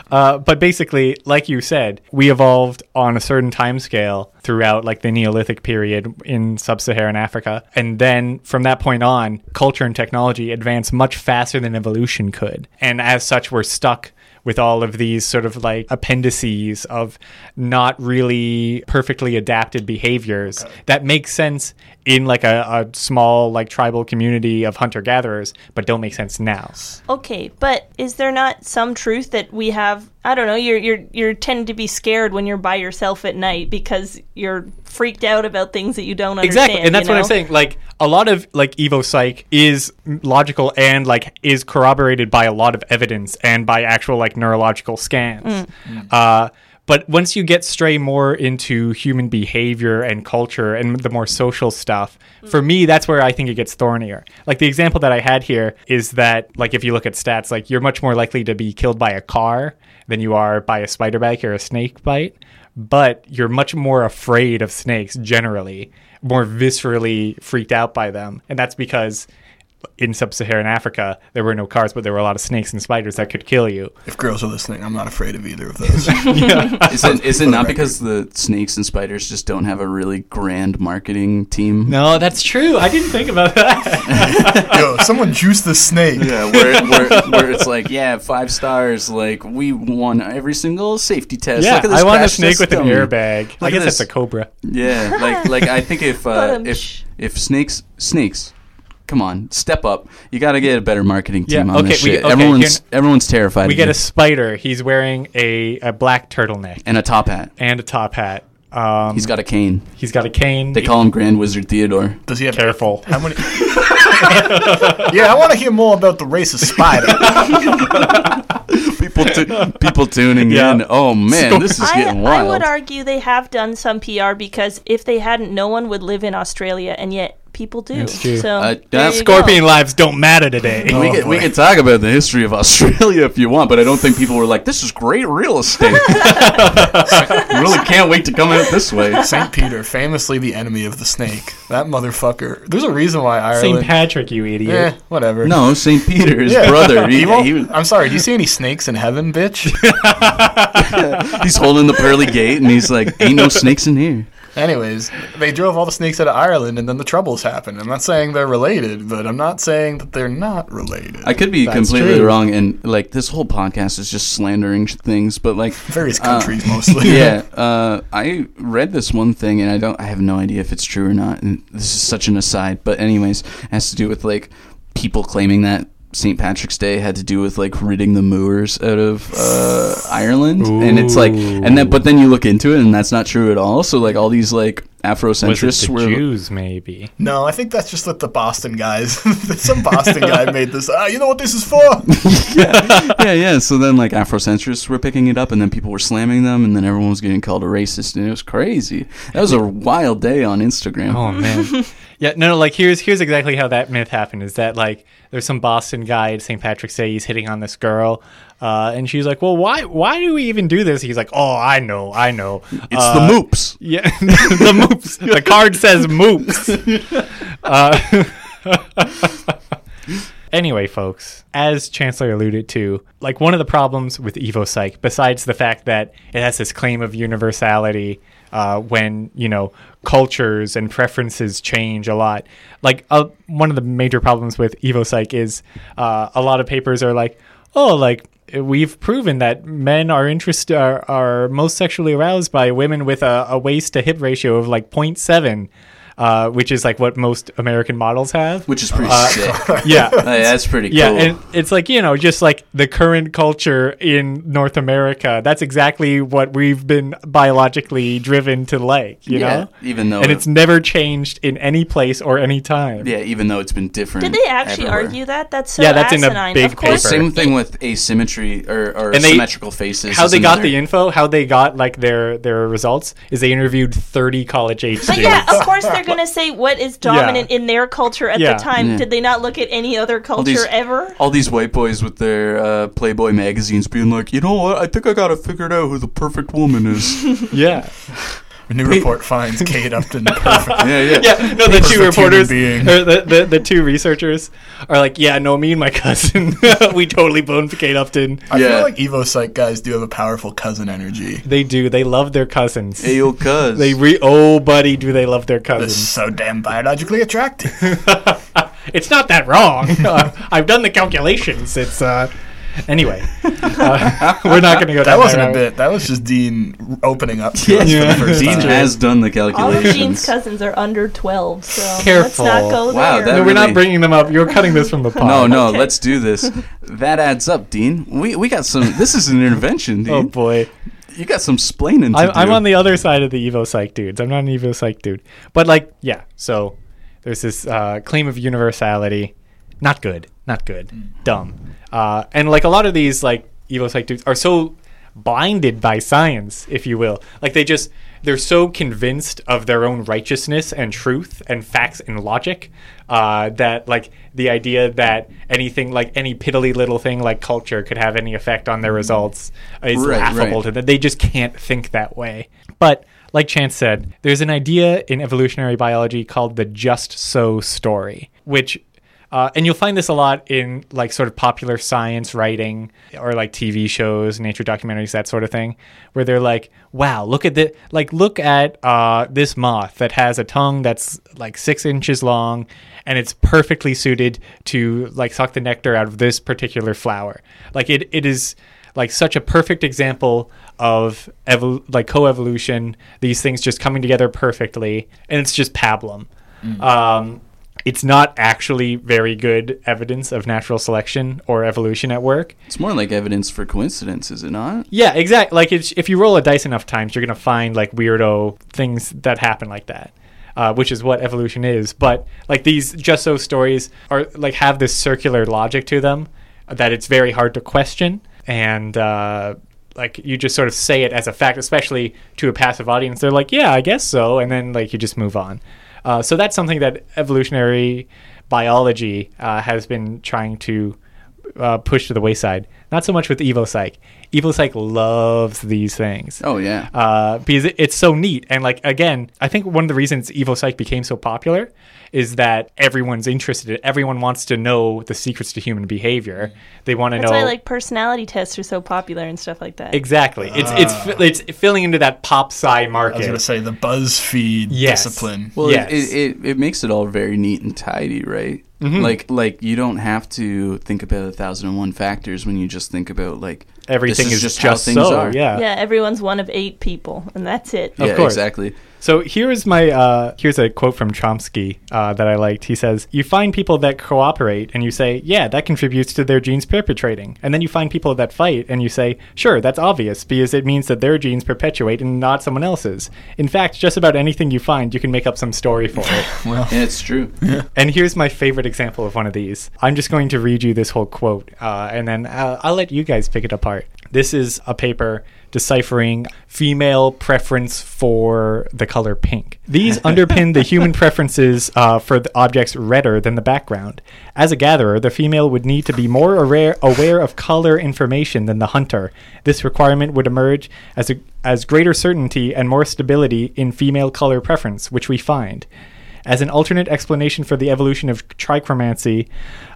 S2: uh, but basically like you said we evolved on a certain time scale throughout like the neolithic period in sub-saharan africa and then from that point on culture and technology advanced much faster than evolution could and as such we're stuck with all of these sort of like appendices of not really perfectly adapted behaviors that make sense in like a, a small like tribal community of hunter gatherers but don't make sense now
S3: Okay, but is there not some truth that we have? I don't know. You're you're you're tend to be scared when you're by yourself at night because you're freaked out about things that you don't understand.
S2: exactly and that's
S3: you
S2: what i'm
S3: know?
S2: saying like a lot of like evo psych is m- logical and like is corroborated by a lot of evidence and by actual like neurological scans
S3: Mm.
S2: uh but once you get stray more into human behavior and culture and the more social stuff,
S3: Mm.
S2: for me, that's where I think it gets thornier. Like the example that I had here is that, like, if you look at stats, like you're much more likely to be killed by a car than you are by a spider bite or a snake bite but you're much more afraid of snakes generally, more viscerally freaked out by them. And that's because in sub Saharan Africa, there were no cars, but there were a lot of snakes and spiders that could kill you.
S1: If girls are listening, I'm not afraid of either of those. [LAUGHS]
S4: is it is it not because the snakes and spiders just don't have a really grand marketing team?
S2: No, that's true. I didn't think about [LAUGHS] that.
S1: Yo, if someone juiced the snake.
S2: [LAUGHS]
S4: Yeah, where, where, where it's like, yeah, five stars. Like we won every single safety test.
S2: yeah,
S4: Look at this
S2: I want a
S4: crash
S2: snake with an
S4: system.
S2: airbag. I
S4: at
S2: guess
S4: this.
S2: that's a cobra.
S4: Yeah, like like I think if uh,
S3: Bottom
S4: if
S3: sh-
S4: if snakes snakes, come on, step up. You got to get a better marketing team
S2: Yeah,
S4: on
S2: okay,
S4: this
S2: we-
S4: shit.
S2: okay,
S4: everyone's
S2: here-
S4: everyone's terrified.
S2: We
S4: of
S2: get
S4: you.
S2: a spider. He's wearing a, a black turtleneck
S4: and a top hat.
S2: and a top hat. Um,
S4: He's got a cane.
S2: he's got a cane.
S4: They call him Grand Wizard Theodore.
S1: Does he have
S2: Careful.
S1: How many? [LAUGHS] yeah, I want to hear more about the racist spider.
S4: People tu- people tuning
S2: Yeah.
S4: in. Oh man, this is
S3: I,
S4: getting
S3: I
S4: wild.
S3: would argue they have done some PR because if they hadn't, no one would live in Australia, and yet people do.
S2: That's true.
S3: So
S4: Uh,
S3: there
S4: uh,
S3: you go.
S2: Scorpion lives don't matter today. [LAUGHS]
S4: we, could, we
S1: boy.
S4: could talk about the history of Australia if you want, but I don't think people were like, "This is great real estate." really can't wait to come out this way.
S1: [LAUGHS] Saint Peter, famously the enemy of the snake. That motherfucker. There's a reason why Ireland.
S2: St. Patrick, you idiot.
S1: Eh, whatever.
S4: No, Saint Peter,
S1: [LAUGHS]
S4: his
S1: Yeah.
S4: brother. He,
S1: You won't-
S4: he was-
S1: [LAUGHS] I'm sorry. Do you see any snakes in heaven,
S4: [LAUGHS]
S1: bitch?
S4: he's holding the pearly gate, and he's like, "Ain't no snakes in here."
S1: Anyways, they drove all the snakes out of Ireland, and then the troubles happened. I'm not saying they're related, but I'm not saying that they're not related.
S4: I could be
S2: That's
S4: completely
S2: true.
S4: wrong, and like this whole podcast is just slandering sh- things, but like
S1: Various
S4: uh,
S1: countries mostly.
S4: yeah, uh, I read this one thing, and I don't, I have no idea if it's true or not. And this is such an aside, but anyways, it has to do with like people claiming that St. Patrick's Day had to do with like ridding the moors out of uh, Ireland, and it's like, and then but then you look into it, and that's not true at all. So like all these like
S2: Was it
S4: Afrocentrists
S2: the
S4: were
S2: Jews, maybe?
S1: [LAUGHS] No, I think that's just that the Boston guys, [LAUGHS] some Boston guy made this. Ah, you know what this is for?
S4: [LAUGHS] yeah, yeah. So then, like, Afrocentrists were picking it up, and then people were slamming them, and then everyone was getting called a racist, and it was crazy. That was a wild day on Instagram.
S2: Oh man. yeah, no, no, like here's here's exactly how that myth happened is that like there's some Boston guy at St. Patrick's Day, he's hitting on this girl, uh, and she's like, Well, why why do we even do this? He's like, Oh, I know, I know.
S4: It's
S2: Uh,
S4: the moops.
S2: Yeah. [LAUGHS] the moops. The card says moops. uh, Anyway, folks, as Chancellor alluded to, like one of the problems with Evo Psych, besides the fact that it has this claim of universality uh, when, you know, cultures and preferences change a lot, like uh, one of the major problems with Evo Psych is uh, a lot of papers are like, oh, like we've proven that men are interest are, are most sexually aroused by women with a, a waist to hip ratio of like 0.7. uh, which is like what most American models have.
S4: which is pretty sick.
S2: [LAUGHS] yeah.
S4: Hey, that's pretty cool.
S2: Uh, Yeah, and it's like, you know, just like the current culture in North America. That's exactly what we've been biologically driven to like, you
S4: Yeah,
S2: know?
S4: even though
S2: and
S4: it-
S2: it's never changed in any place or any time.
S4: yeah, even though it's been different.
S3: Did they actually
S4: everywhere.
S3: argue that? That's so
S2: Yeah, that's in a
S3: asinine.
S2: big
S3: of course,
S2: paper.
S4: Same thing with asymmetry or, or
S2: And they-
S4: symmetrical faces.
S2: How
S4: is
S2: they got
S4: another-
S2: the info, how they got like their their results is they interviewed 30 college age
S3: But
S2: students.
S3: yeah, of course they're going to say what is dominant in their culture at
S2: Yeah.
S3: the time.
S4: Yeah.
S3: Did they not look at any other culture
S4: these-
S3: ever?
S4: Mm. all these white boys with their uh, Playboy magazines being like, you know what? I think I gotta figure out who the perfect
S3: [LAUGHS]
S4: woman is. yeah,
S2: Yeah.
S1: A new report finds Kate Upton the perfect.
S4: [LAUGHS] yeah,
S2: Yeah, no, the
S1: Paper's
S2: two
S1: the
S2: reporters,
S1: human being.
S2: or the, the, the two researchers are like, yeah, no, me and my [LAUGHS] cousin, we totally boned Kate Upton.
S1: I
S4: Yeah.
S1: feel like Evo Psych guys do have a powerful cousin energy.
S2: They do. They love their cousins.
S4: Hey, yo, cuz.
S2: They re oh buddy, do they love their
S1: They're
S2: cousins?
S1: so damn biologically
S4: [LAUGHS]
S1: attractive.
S2: It's not that wrong. [LAUGHS] Uh, I've done the calculations. It's uh, anyway. Uh, [LAUGHS] we're not going to go.
S1: That
S2: down
S1: wasn't a
S2: road.
S1: bit. That was just Dean opening up to
S4: yeah,
S1: us
S2: Yeah.
S1: for the first
S4: [LAUGHS] Dean
S1: time.
S4: has done the
S3: All of Gene's
S4: calculations.
S3: cousins are under 12, so
S2: Careful.
S3: let's not go
S4: Wow,
S3: there.
S4: that
S2: No, we're not
S4: really-
S2: bringing them up. You're cutting this from the pod.
S4: No, no,
S3: Okay.
S4: let's do this. That adds up, Dean. We we got some. This is an intervention,
S2: [LAUGHS]
S4: Dean.
S2: Oh boy,
S4: You got some splaining to
S2: I'm,
S4: do.
S2: I'm on the other side of the Evo Psych dudes. I'm not an Evo Psych dude, but like, yeah. So there's this uh, claim of universality. Not good. Not good. Dumb. Uh, and like a lot of these like Evo Psych dudes are so blinded by science, if you will. Like they just they're so convinced of their own righteousness and truth and facts and logic uh, that like the idea that anything like any piddly little thing like culture could have any effect on their results uh, is
S4: Right, right.
S2: laughable to them. They just can't think that way. But like Chance said, there's an idea in evolutionary biology called the just so story, which uh, and you'll find this a lot in like sort of popular science writing or like TV shows, nature documentaries, that sort of thing, where they're like, "Wow, look at the like look at uh, this moth that has a tongue that's like six inches long, and it's perfectly suited to like suck the nectar out of this particular flower. Like it it is like such a perfect example of evol- like coevolution. These things just coming together perfectly, and it's just pablum. Um, it's not actually very good evidence of natural selection or evolution at work.
S4: It's more like evidence for coincidence, is it not?
S2: Yeah, exactly. Like it's, if you roll a dice enough times, you're gonna find like weirdo things that happen like that, uh, which is what evolution is. But like these just so stories are like have this circular logic to them that it's very hard to question, and uh, like you just sort of say it as a fact, especially to a passive audience. They're like, yeah, I guess so, and then like you just move on. Uh, so that's something that evolutionary biology uh, has been trying to uh, pushed to the wayside. Not so much with Evo Psych. Evo Psych loves these things
S4: Oh yeah.
S2: uh, because it- it's so neat. And like again, I think one of the reasons Evo Psych became so popular is that everyone's interested. Everyone wants to know the secrets to human behavior. They want to
S3: That's
S2: know
S3: why like personality tests are so popular and stuff like that.
S2: exactly. It's it's fi- it's filling into that pop sci
S1: I was
S2: market.
S1: going to say the BuzzFeed
S2: Yes.
S1: discipline.
S4: Well,
S2: Yes. Mm-hmm.
S4: it, it, it, it makes it all very neat and tidy, right? Like like you don't have to think about a thousand and one factors when you just think about like this
S2: Everything is, just,
S4: how things
S2: so
S4: are.
S2: yeah.
S3: Yeah, everyone's one of eight people, and that's it.
S4: yeah,
S2: course.
S4: exactly.
S2: So here's my uh, here's a quote from Chomsky uh, that I liked. He says, "You find people that cooperate, and you say, yeah, that contributes to their genes perpetrating. And then you find people that fight, and you say, sure, that's obvious because it means that their genes perpetuate and not someone else's. In fact, just about anything you find, you can make up some story for it."
S1: Well,
S4: Yeah, it's true.
S2: [LAUGHS] And here's my favorite example of one of these. I'm just going to read you this whole quote, uh, and then I'll, I'll let you guys pick it apart. This is a paper deciphering female preference for the color pink. These underpin the human preferences uh, for the objects redder than the background. As a gatherer, the female would need to be more aware, aware of color information than the hunter. This requirement would emerge as, a, as greater certainty and more stability in female color preference, which we find. As an alternate explanation for the evolution of trichromancy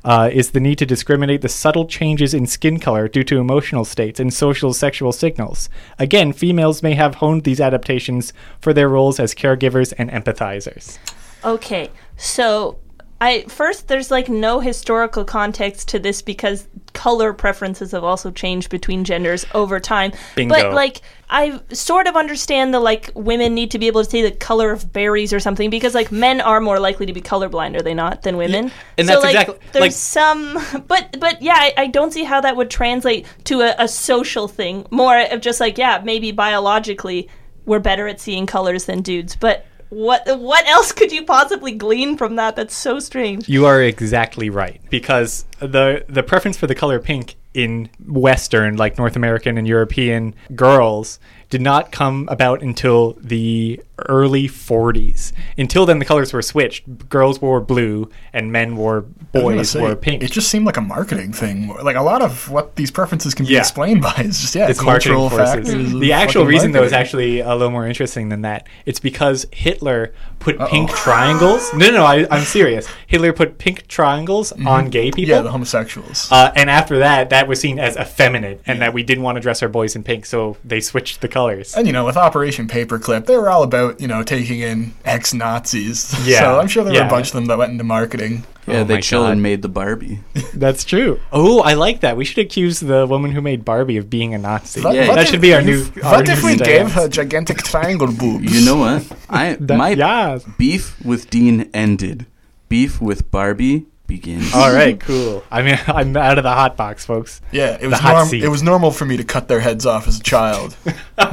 S2: uh, is the need to discriminate the subtle changes in skin color due to emotional states and social sexual signals. Again, females may have honed these adaptations for their roles as caregivers and empathizers.
S3: Okay, so I first there's like no historical context to this because color preferences have also changed between genders over time.
S5: Bingo.
S3: But like I sort of understand the like women need to be able to see the color of berries or something because like men are more likely to be colorblind, are they not, than women?
S5: and
S3: so
S5: that's
S3: like,
S5: exactly-
S3: there's
S5: like-
S3: some [LAUGHS] but but yeah, I, I don't see how that would translate to a, a social thing. More of just like, yeah, maybe biologically we're better at seeing colors than dudes, but what what else [LAUGHS] could you possibly glean from that? That's so strange.
S2: You are exactly right because the the preference for the color pink in Western, like North American and European girls, did not come about until the early 40s. Until then, the colors were switched. Girls wore blue, and men
S1: I was
S2: wore
S1: gonna
S2: boys
S1: say,
S2: wore pink.
S1: It just seemed like a marketing thing. Like a lot of what these preferences can be
S2: Yeah.
S1: explained by is just yeah,
S2: it's
S1: cultural
S2: marketing
S1: factors.
S2: forces.
S1: of
S2: The actual
S1: fucking
S2: reason, though, is
S1: marketing.
S2: actually a little more interesting than that. It's because Hitler put pink triangles. No, no, no. I, I'm serious. Hitler put pink triangles on gay people.
S1: Mm-hmm. yeah, the homosexuals.
S2: Uh, and after that, that was seen as effeminate, and that we didn't want to dress our boys in pink, so they switched the colors.
S1: and you know, with Operation Paperclip, they were all about you know taking in ex Nazis. [LAUGHS]
S2: Yeah,
S1: so I'm sure there were
S2: yeah.
S1: a bunch of them that went into marketing.
S4: Yeah,
S2: Oh
S4: they
S2: my
S4: chilled
S2: God.
S4: and made the Barbie.
S2: [LAUGHS] That's true. Oh, I like that. We should accuse the woman who made Barbie of being a Nazi.
S1: That-
S4: Yeah,
S2: That,
S4: what
S1: if-
S2: should be our new. Our
S1: What
S2: new
S1: if we
S2: stance.
S1: gave her gigantic triangle boobs?
S4: You
S2: [LAUGHS]
S4: know what? I
S2: That-
S4: my
S2: yeah.
S4: beef with Dean ended. Beef with Barbie begins.
S2: All right, cool. I mean, [LAUGHS] I'm out of the hot box, folks.
S1: Yeah, it was
S2: hot
S1: norm-
S2: seat.
S1: it was normal for me to cut their heads off as a child.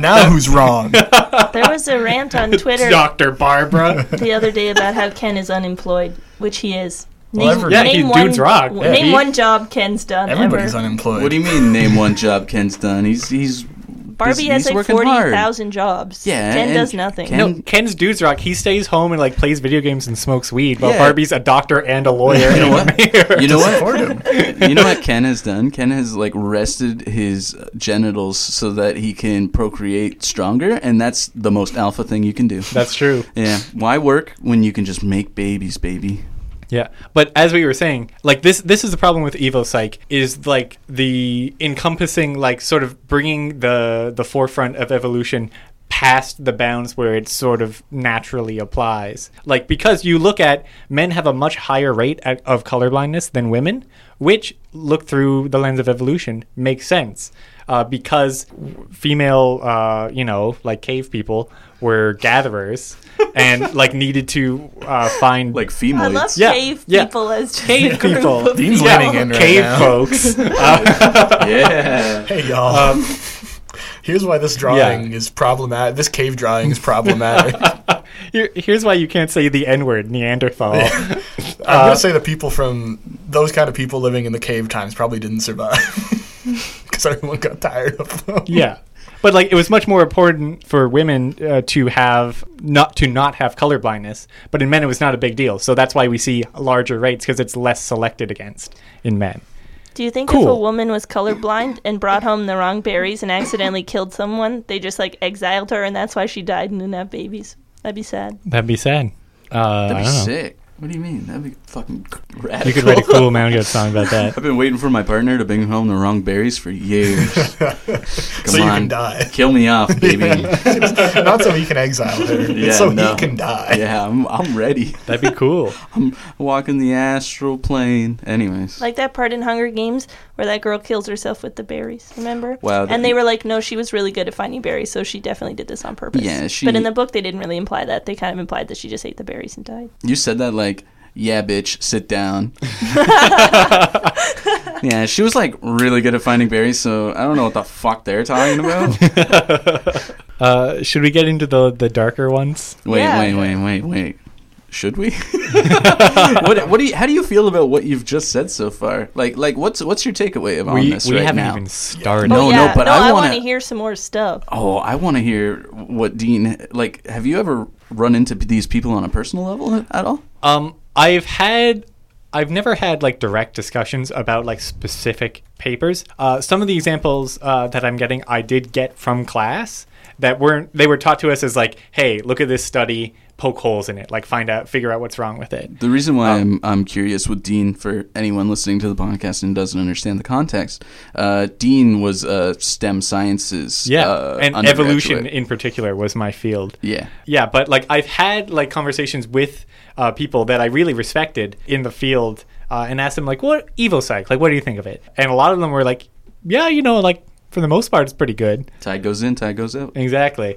S1: now who's wrong?
S3: There was a rant
S2: [LAUGHS]
S3: on Twitter
S2: Doctor Barbara.
S3: the other day about how Ken is unemployed, which he is. Name,
S1: Well, every-
S2: Yeah, he- dudes rock.
S3: w- Name
S1: Yeah.
S3: one job Ken's done
S1: Everybody's
S3: ever.
S1: unemployed.
S4: What do you mean? Name one job Ken's done. He's he's
S3: Barbie
S4: he's
S3: has like
S4: working hard.
S3: forty thousand jobs.
S4: Yeah,
S3: Ken
S4: [LAUGHS] and
S3: does nothing.
S4: Ken-
S2: No, Ken's dudes rock. He stays home and like plays video games and smokes weed, while
S4: Yeah.
S2: Barbie's a doctor and a lawyer.
S4: You know what?
S2: [LAUGHS]
S4: You know
S1: Support
S4: what?
S1: him.
S4: [LAUGHS] You know what Ken has done? Ken has like rested his genitals so that he can procreate stronger, and that's the most alpha thing you can do.
S2: That's true.
S4: yeah. Why work when you can just make babies, baby?
S2: Yeah, but as we were saying, like this, this is the problem with Evo Psych is like the encompassing, like sort of bringing the the forefront of evolution past the bounds where it sort of naturally applies. Like because you look at men have a much higher rate at, of colorblindness than women, which look through the lens of evolution makes sense. Uh, because female, uh, you know, like cave people were gatherers and like needed to uh, find
S4: Like
S3: I
S4: femoids.
S3: love
S2: Yeah,
S3: cave
S2: yeah.
S3: people as just a
S2: cave
S3: group
S2: [LAUGHS] people.
S3: of
S1: Dean's
S3: people.
S1: leaning in right
S2: cave
S1: now.
S2: [LAUGHS]
S4: [LAUGHS]
S2: folks. Uh,
S3: [LAUGHS]
S4: yeah.
S1: [LAUGHS] Hey y'all. [LAUGHS] Here's why this drawing is problematic. This cave drawing is problematic.
S2: Here, here's why you can't say the N word, Neanderthal.
S1: I'm gonna say the people from those kind of people living in the cave times probably didn't survive [LAUGHS] because everyone got tired of them.
S2: [LAUGHS] yeah. But like it was much more important for women uh, to have not to not have color blindness, but in men it was not a big deal. So that's why we see larger rates because it's less selected against in men.
S3: Do you think if a
S2: Cool.
S3: woman was colorblind and brought home the wrong berries and accidentally killed someone, they just like exiled her and that's why she died and didn't have babies? That'd be sad.
S2: That'd be sad. Uh,
S4: That'd
S2: I
S4: be
S2: don't know.
S4: sick. What do you mean? That'd be fucking radical.
S2: You could write a
S4: [LAUGHS]
S2: cool manga song about that.
S4: I've been waiting for my partner to bring home the wrong berries
S2: [LAUGHS]
S4: for years. Come
S1: so you can die.
S4: Kill me off, baby.
S1: [LAUGHS] Not so he can exile her.
S4: Yeah,
S1: it's so
S4: no.
S1: he can die.
S4: yeah, I'm, I'm ready.
S2: That'd be cool.
S4: I'm walking the astral plane. Anyways.
S3: Like that part in Hunger Games where that girl kills herself with the berries, remember?
S4: Wow, that-
S3: And they were like, no, she was really good at finding berries, so she definitely did this on purpose.
S4: Yeah, she-
S3: But in the book, they didn't really imply that. They kind of implied that she just ate the berries and died.
S4: You said that like, yeah, bitch, sit down. [LAUGHS] yeah, she was like really good at finding berries, so I don't know what the fuck they're talking about. wait,
S2: Uh, should we get into the the darker ones?
S3: Yeah.
S4: wait, wait, wait, wait. Should we? what, what do you? How do you feel about what you've just said so far? Like, like what's what's your takeaway on
S2: we
S4: this
S2: we
S4: right
S2: haven't
S4: now?
S2: even started.
S4: No,
S3: oh,
S4: no,
S3: yeah.
S4: but I
S3: want
S4: wanna-
S3: to hear some more stuff.
S4: Oh, I want to hear what Dean like. Have you ever run into p- these people on a personal level at all?
S2: Um, I've had, I've never had like direct discussions about like specific papers. Uh, some of the examples uh, that I'm getting, I did get from class that weren't. They were taught to us as like, hey, look at this study. poke holes in it, like find out, figure out what's wrong with it.
S4: The reason why I'm I'm curious with Dean for anyone listening to the podcast and doesn't understand the context, uh, Dean was a STEM sciences
S2: Yeah,
S4: uh,
S2: and
S4: undergraduate.
S2: evolution in particular was my field.
S4: yeah
S2: Yeah, but like I've had like conversations with uh, people that I really respected in the field, uh, and asked them like, "What evil psych? Like, what do you think of it?" And a lot of them were like, "Yeah, you know, like for the most part, it's pretty good."
S4: tide goes in tide goes out
S2: Exactly.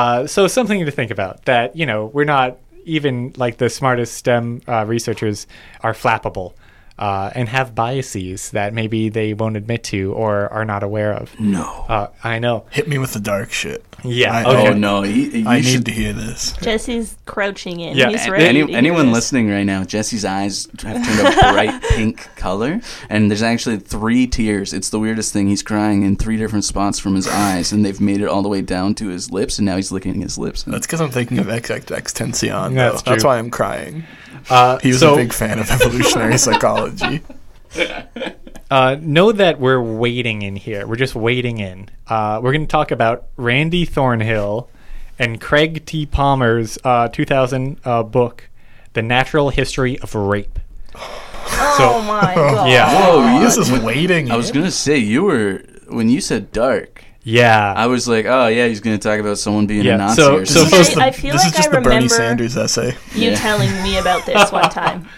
S2: Uh, so something to think about. That you know, we're not even like the smartest STEM uh, researchers are flappable. Uh, and have biases that maybe they won't admit to or are not aware of.
S4: no
S2: Uh, I know.
S1: Hit me with the dark shit.
S2: Yeah,
S1: I,
S2: okay.
S4: oh no he, he
S1: I need
S4: should-
S1: to hear this.
S3: Jesse's crouching in.
S2: Yeah,
S3: He's
S2: and
S3: ready.
S4: Any-
S3: to hear
S4: anyone
S3: this.
S4: listening right now, Jesse's eyes have turned a bright pink color, and there's actually three tears. It's the weirdest thing. He's crying in three different spots from his eyes, and they've made it all the way down to his lips, and now he's licking his lips.
S1: That's because I'm thinking of XXX Tension.
S2: Yeah,
S1: though.
S2: that's
S1: That's
S2: true.
S1: why I'm crying.
S2: Uh,
S1: He was
S2: so-
S1: a big fan of evolutionary
S4: [LAUGHS]
S1: psychology.
S2: Uh, know that we're waiting in here. We're just waiting in. Uh, we're going to talk about Randy Thornhill and Craig T. Palmer's uh, 2000 uh, book, The Natural History of Rape.
S3: Oh my
S4: [LAUGHS]
S3: god.
S2: Yeah.
S4: Whoa, you,
S1: this is waiting.
S4: I was gonna say you were when you said dark.
S2: Yeah.
S4: I was like, oh yeah, he's gonna talk about someone being
S2: Yeah,
S4: a Nazi
S2: so-
S4: or
S2: so
S4: something.
S3: I,
S1: This is the-
S3: I feel
S1: this
S3: like
S1: is just
S3: I
S1: the
S3: remember
S1: Bernie Sanders essay.
S3: you
S4: Yeah.
S3: telling me about this one
S4: [LAUGHS]
S3: time.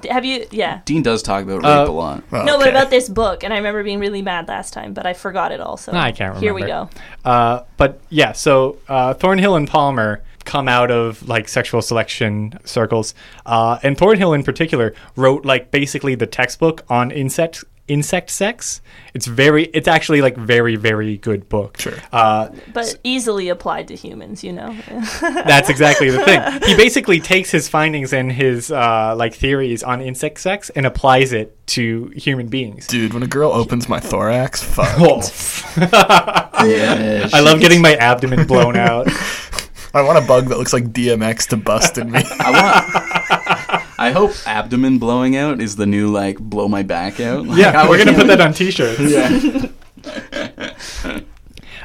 S3: D- Have you? Yeah.
S4: Dean does talk about rape
S2: Uh,
S4: a lot.
S3: No, but
S1: Okay.
S3: about this book, and I remember being really mad last time, but I forgot it also.
S2: I can't remember.
S3: Here we go.
S2: Uh, but yeah, so uh, Thornhill and Palmer come out of like sexual selection circles, uh, and Thornhill in particular wrote like basically the textbook on insect insect sex. It's very, it's actually like very very good book.
S1: Sure.
S2: Uh,
S3: But easily applied to humans, you know.
S2: That's exactly the thing. He basically takes his findings and his uh, like theories on insect sex and applies it to human beings.
S1: Dude, when a girl opens my
S4: [LAUGHS]
S1: thorax, fuck.
S2: Oh,
S4: Yeah,
S2: [LAUGHS] I love getting my abdomen blown out.
S1: I want a bug that looks like DMX to bust in me.
S4: [LAUGHS] I want. I hope abdomen blowing out is the new like blow my back out. Like,
S2: Yeah,
S4: I
S2: we're gonna
S4: would-
S2: put that on T-shirts.
S4: [LAUGHS] Yeah.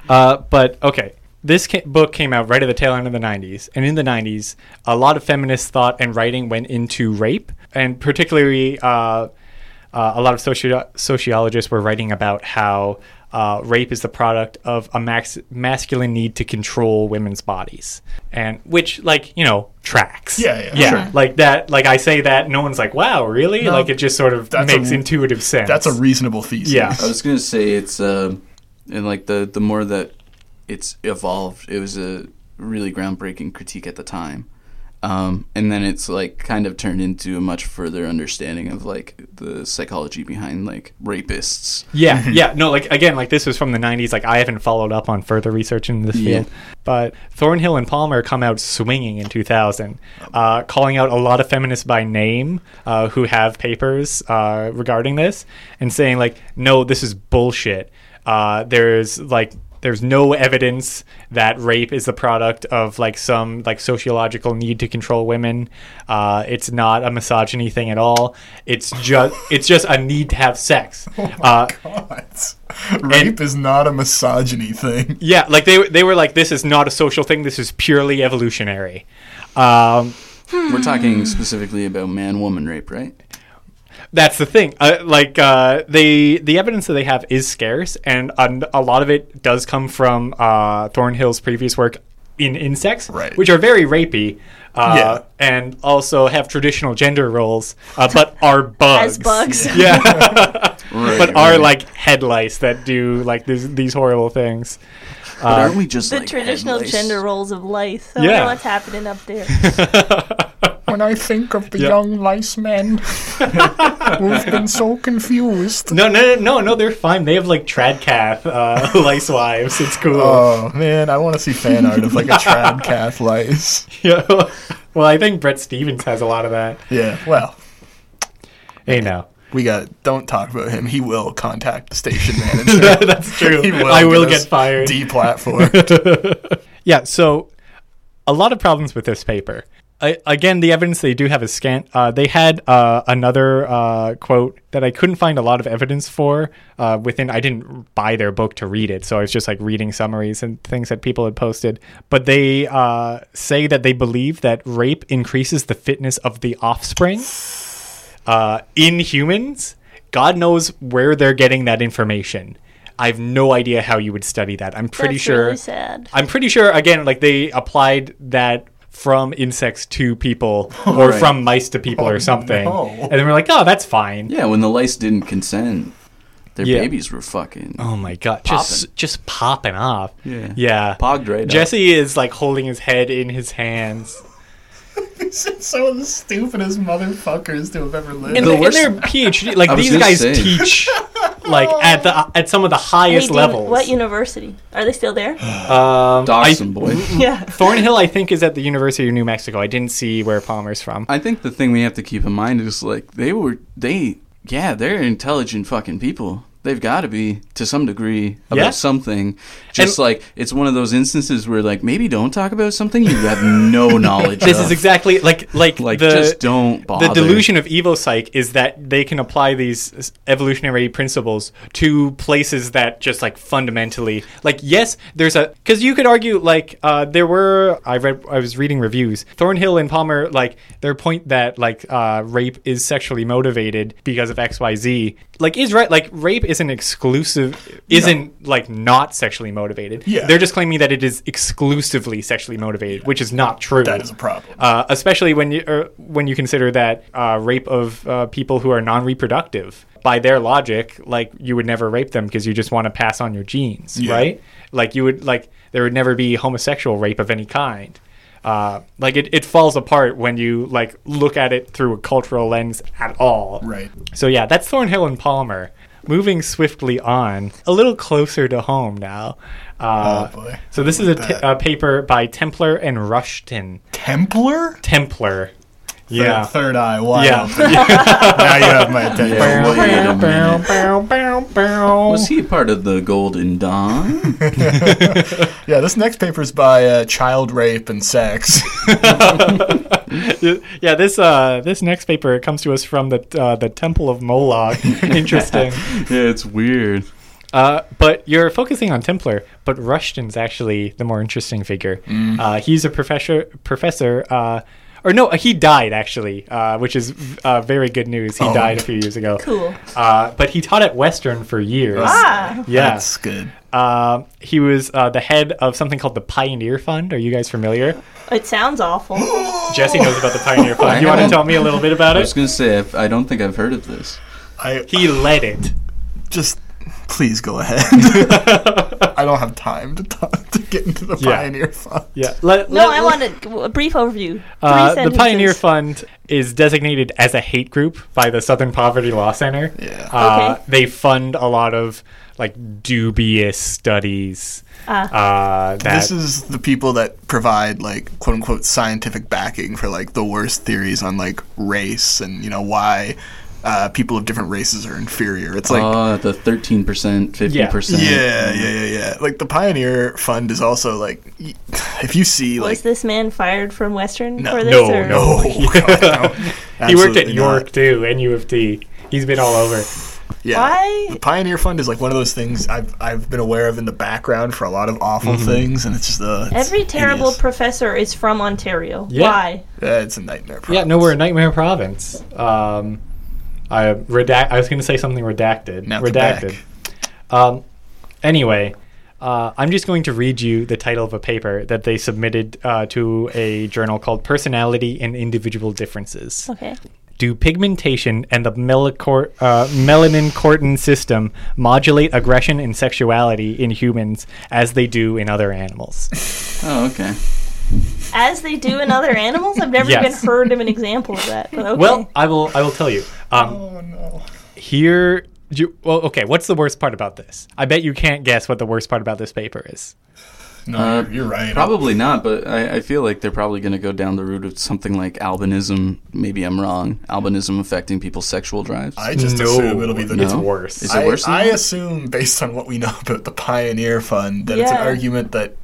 S2: Uh, but okay, this ca- book came out right at the tail end of the 90s. And in the 90s, a lot of feminist thought and writing went into rape. And particularly, uh, uh, a lot of socio- sociologists were writing about how uh, rape is the product of a max- masculine need to control women's bodies. And which, like, you know, tracks.
S1: Yeah, yeah,
S2: yeah.
S1: sure.
S2: Like that, like I say that, no one's like, wow, really?
S1: No,
S2: like it just sort of
S1: that's a-
S2: makes intuitive sense.
S1: That's a reasonable thesis. [LAUGHS]
S2: Yeah.
S4: I was gonna say it's uh, and like the the more that it's evolved, it was a really groundbreaking critique at the time, um, and then it's like kind of turned into a much further understanding of like the psychology behind like rapists.
S2: Yeah, yeah. No, like again, like this was from the '90s. Like I haven't followed up on further research in this
S4: Yeah.
S2: field, but Thornhill and Palmer come out swinging in 2000, uh, calling out a lot of feminists by name uh, who have papers uh, regarding this and saying like, no, this is bullshit. Uh, there's like. There's no evidence that rape is the product of like some like sociological need to control women. Uh, it's not a misogyny thing at all. It's just it's just a need to have sex. uh,
S1: God. Rape is not a misogyny thing.
S2: yeah, like they they were like, this is not a social thing. This is purely evolutionary. Um,
S4: We're
S3: Mm.
S4: talking specifically about man woman rape, right?
S2: that's the thing. Uh, like uh, they the evidence that they have is scarce, and a, a lot of it does come from uh, Thornhill's previous work in insects,
S1: Right.
S2: which are very rapey. Uh,
S1: Yeah.
S2: and also have traditional gender roles, uh,
S1: [LAUGHS]
S2: but are bugs.
S3: [LAUGHS] As bugs.
S2: yeah.
S4: Right,
S2: but are
S4: right.
S2: like head lice that do like these these horrible things.
S4: But aren't we
S3: [LAUGHS]
S4: just
S3: The
S4: like
S3: traditional
S4: headless?
S3: gender roles of life. I
S2: Yeah.
S3: don't know what's happening up
S2: [LAUGHS]
S3: there.
S1: When I think of the
S2: Yeah.
S1: young lice men who've been so confused.
S2: No, no, no, no, no. They're fine. They have like tradcath uh, [LAUGHS] lice wives. It's cool.
S1: Oh [LAUGHS] man, I want to see fan art of like a trad calf lice.
S2: Yeah. well, I think Brett Stevens has a lot of that.
S1: [LAUGHS] Yeah, well,
S2: [LAUGHS] Hey, now
S1: we got. Don't talk about him. He will contact the station manager.
S2: that's [LAUGHS]
S1: [LAUGHS]
S2: true.
S1: He will
S2: I will
S1: get
S2: get
S1: us
S2: fired. [LAUGHS]
S1: Deplatformed.
S2: Yeah. So, a lot of problems with this paper. I, again, the evidence they do have is scant. Uh, they had uh, another uh, quote that I couldn't find a lot of evidence for uh, within. I didn't buy their book to read it, so I was just like reading summaries and things that people had posted. But they uh, say that they believe that rape increases the fitness of the offspring uh, in humans. God knows where they're getting that information. I have no idea how you would study that. I'm pretty
S3: That's
S2: sure.
S3: really sad.
S2: I'm pretty sure again, like they applied that from insects to
S4: [LAUGHS]
S2: people or
S4: Right. Oh,
S2: from mice to people or something.
S1: no.
S2: And then we're like, oh, that's fine.
S4: Yeah, when the lice didn't consent, their
S2: Yeah.
S4: babies were fucking
S2: Oh my god, just just popping off.
S4: Yeah.
S2: yeah.
S4: pogged right up.
S2: Jesse is like holding his head in his hands.
S1: [LAUGHS] Some of the stupidest motherfuckers to have ever lived.
S2: And,
S4: The
S2: the
S4: worst-
S2: their PhD, like
S4: I was
S2: these
S4: gonna
S2: guys
S4: say. [LAUGHS]
S2: teach, like at the at some of the
S3: Hey,
S2: highest
S3: dude,
S2: levels.
S3: What university? Are they still
S2: [GASPS]
S3: there?
S2: um, I-
S4: Dox them, boy.
S3: yeah.
S2: Thornhill, I think, is at the University of New Mexico. I didn't see where Palmer's from.
S4: I think the thing we have to keep in mind is like they were they yeah they're intelligent fucking people. They've got to be to some degree about
S2: Yeah.
S4: something. Just
S2: And-
S4: like it's one of those instances where like maybe don't talk about something you have
S2: [LAUGHS]
S4: no knowledge.
S2: this
S4: of.
S2: is exactly like like
S4: like
S2: the,
S4: just don't bother.
S2: The delusion of evil psych is that they can apply these evolutionary principles to places that just like fundamentally, like yes, there's a because you could argue like uh, there were I read I was reading reviews Thornhill and Palmer like their point that like uh, rape is sexually motivated because of X Y Z like is right like rape isn't exclusive isn't like not sexually motivated
S1: Yeah.
S2: they're just claiming that it is exclusively sexually motivated which is not true
S1: That is a problem.
S2: uh, especially when you er, when you consider that uh, rape of uh, people who are non-reproductive. By their logic, like you would never rape them because you just want to pass on your genes,
S1: Yeah.
S2: right? Like you would like there would never be homosexual rape of any kind. Uh, like it, it falls apart when you like look at it through a cultural lens at all.
S1: Right.
S2: So yeah, that's Thornhill and Palmer. Moving swiftly on, a little closer to home now. Uh,
S1: Oh, boy.
S2: So this is a, t- a paper by Templar and Rushton.
S1: Templar?
S2: Templar.
S1: Third- Third eye. Wide
S2: [LAUGHS] Yeah.
S1: open. [LAUGHS] now you have
S2: [LAUGHS]
S1: my attention.
S4: Yeah.
S1: What-
S4: Wait a minute.
S2: Was
S4: Was he part of the Golden
S2: [LAUGHS]
S4: Dawn?
S1: Yeah, this next paper is by uh, Child Rape and
S2: [LAUGHS]
S1: Sex.
S2: yeah, this uh, this next paper comes to us from the uh, the Temple
S1: [LAUGHS]
S2: of Moloch. Interesting.
S4: yeah, it's weird.
S2: Uh, but you're focusing on Templar, but Rushton's actually the more interesting figure.
S1: Mm.
S2: Uh, he's a professor, professor, uh, or no, he died actually, uh, which is uh, very good news. He
S1: Oh.
S2: died a few years ago. [LAUGHS]
S3: Cool.
S2: Uh, but he taught at Western for years.
S3: Ah.
S2: Yeah.
S1: That's good.
S2: Um, he was uh, the head of something called the Pioneer Fund. Are you guys familiar?
S3: It sounds
S2: [GASPS]
S3: awful.
S2: Jesse knows about the Pioneer Fund. You want to
S4: haven't-
S2: tell me a little bit about
S4: I was
S2: it?
S4: gonna say I've, I don't think I've heard of this.
S1: I
S2: He
S1: [LAUGHS]
S2: led it.
S1: just please go
S2: [LAUGHS]
S1: ahead. [LAUGHS] I don't have time to talk, to get into the
S2: Yeah.
S1: pioneer fund.
S2: Yeah. Let,
S3: No, I want a, a brief overview. Three
S2: Uh, the
S3: sentences.
S2: Pioneer Fund is designated as a hate group by the Southern Poverty Law Center.
S1: Yeah.
S2: Uh,
S3: Okay.
S2: They fund a lot of like dubious studies. Uh, that
S1: This is the people that provide like quote unquote scientific backing for like the worst theories on like race and you know why uh, people of different races are inferior. It's like
S4: Ah, the thirteen percent, fifty percent.
S1: yeah, yeah, yeah, yeah. Like the Pioneer Fund is also like y- [LAUGHS] if you see
S3: Was
S1: like
S3: this man fired from Western
S1: No.
S3: for this?
S2: No,
S3: or?
S2: no. [LAUGHS]
S1: oh God, no.
S2: he worked at
S1: Absolutely
S2: York
S1: not.
S2: too and U of T. He's been all over.
S1: Yeah.
S3: Why-
S1: The Pioneer Fund is like one of those things I've I've been aware of in the background for a lot of awful
S4: Mm-hmm.
S1: things, and it's just uh, it's
S3: Every terrible
S1: hideous.
S3: professor is from Ontario.
S2: Yeah.
S3: Why?
S1: Uh, it's a nightmare.
S2: Yeah,
S1: province.
S2: no, we're a nightmare province. Um, I redact. I was going to say something redacted.
S1: Now
S2: redacted. Um, anyway, uh, I'm just going to read you the title of a paper that they submitted uh, to a journal called "Personality and Individual Differences."
S3: Okay.
S2: Do pigmentation and the melicor- uh, melanin cortin system modulate aggression and sexuality in humans as they do in other animals?
S4: Oh, okay.
S3: As they do in other animals? I've never
S2: Yes.
S3: even heard of an example of that. But okay.
S2: Well, I will. I will tell you. Um,
S1: Oh no.
S2: here do you, well okay what's the worst part about this i bet you can't guess what the worst part about this paper is
S1: No,
S4: Uh,
S1: you're, you're right.
S4: Probably not, but I, I feel like they're probably going to go down the route of something like albinism. Maybe I'm wrong. Albinism affecting people's sexual drives.
S1: I just
S2: No,
S1: assume it'll be the
S2: it's
S4: No?
S2: worse.
S4: Is it worse than
S1: I, I
S4: that?
S1: assume, based on what we know about the Pioneer Fund, that it's an
S3: Yeah.
S1: argument that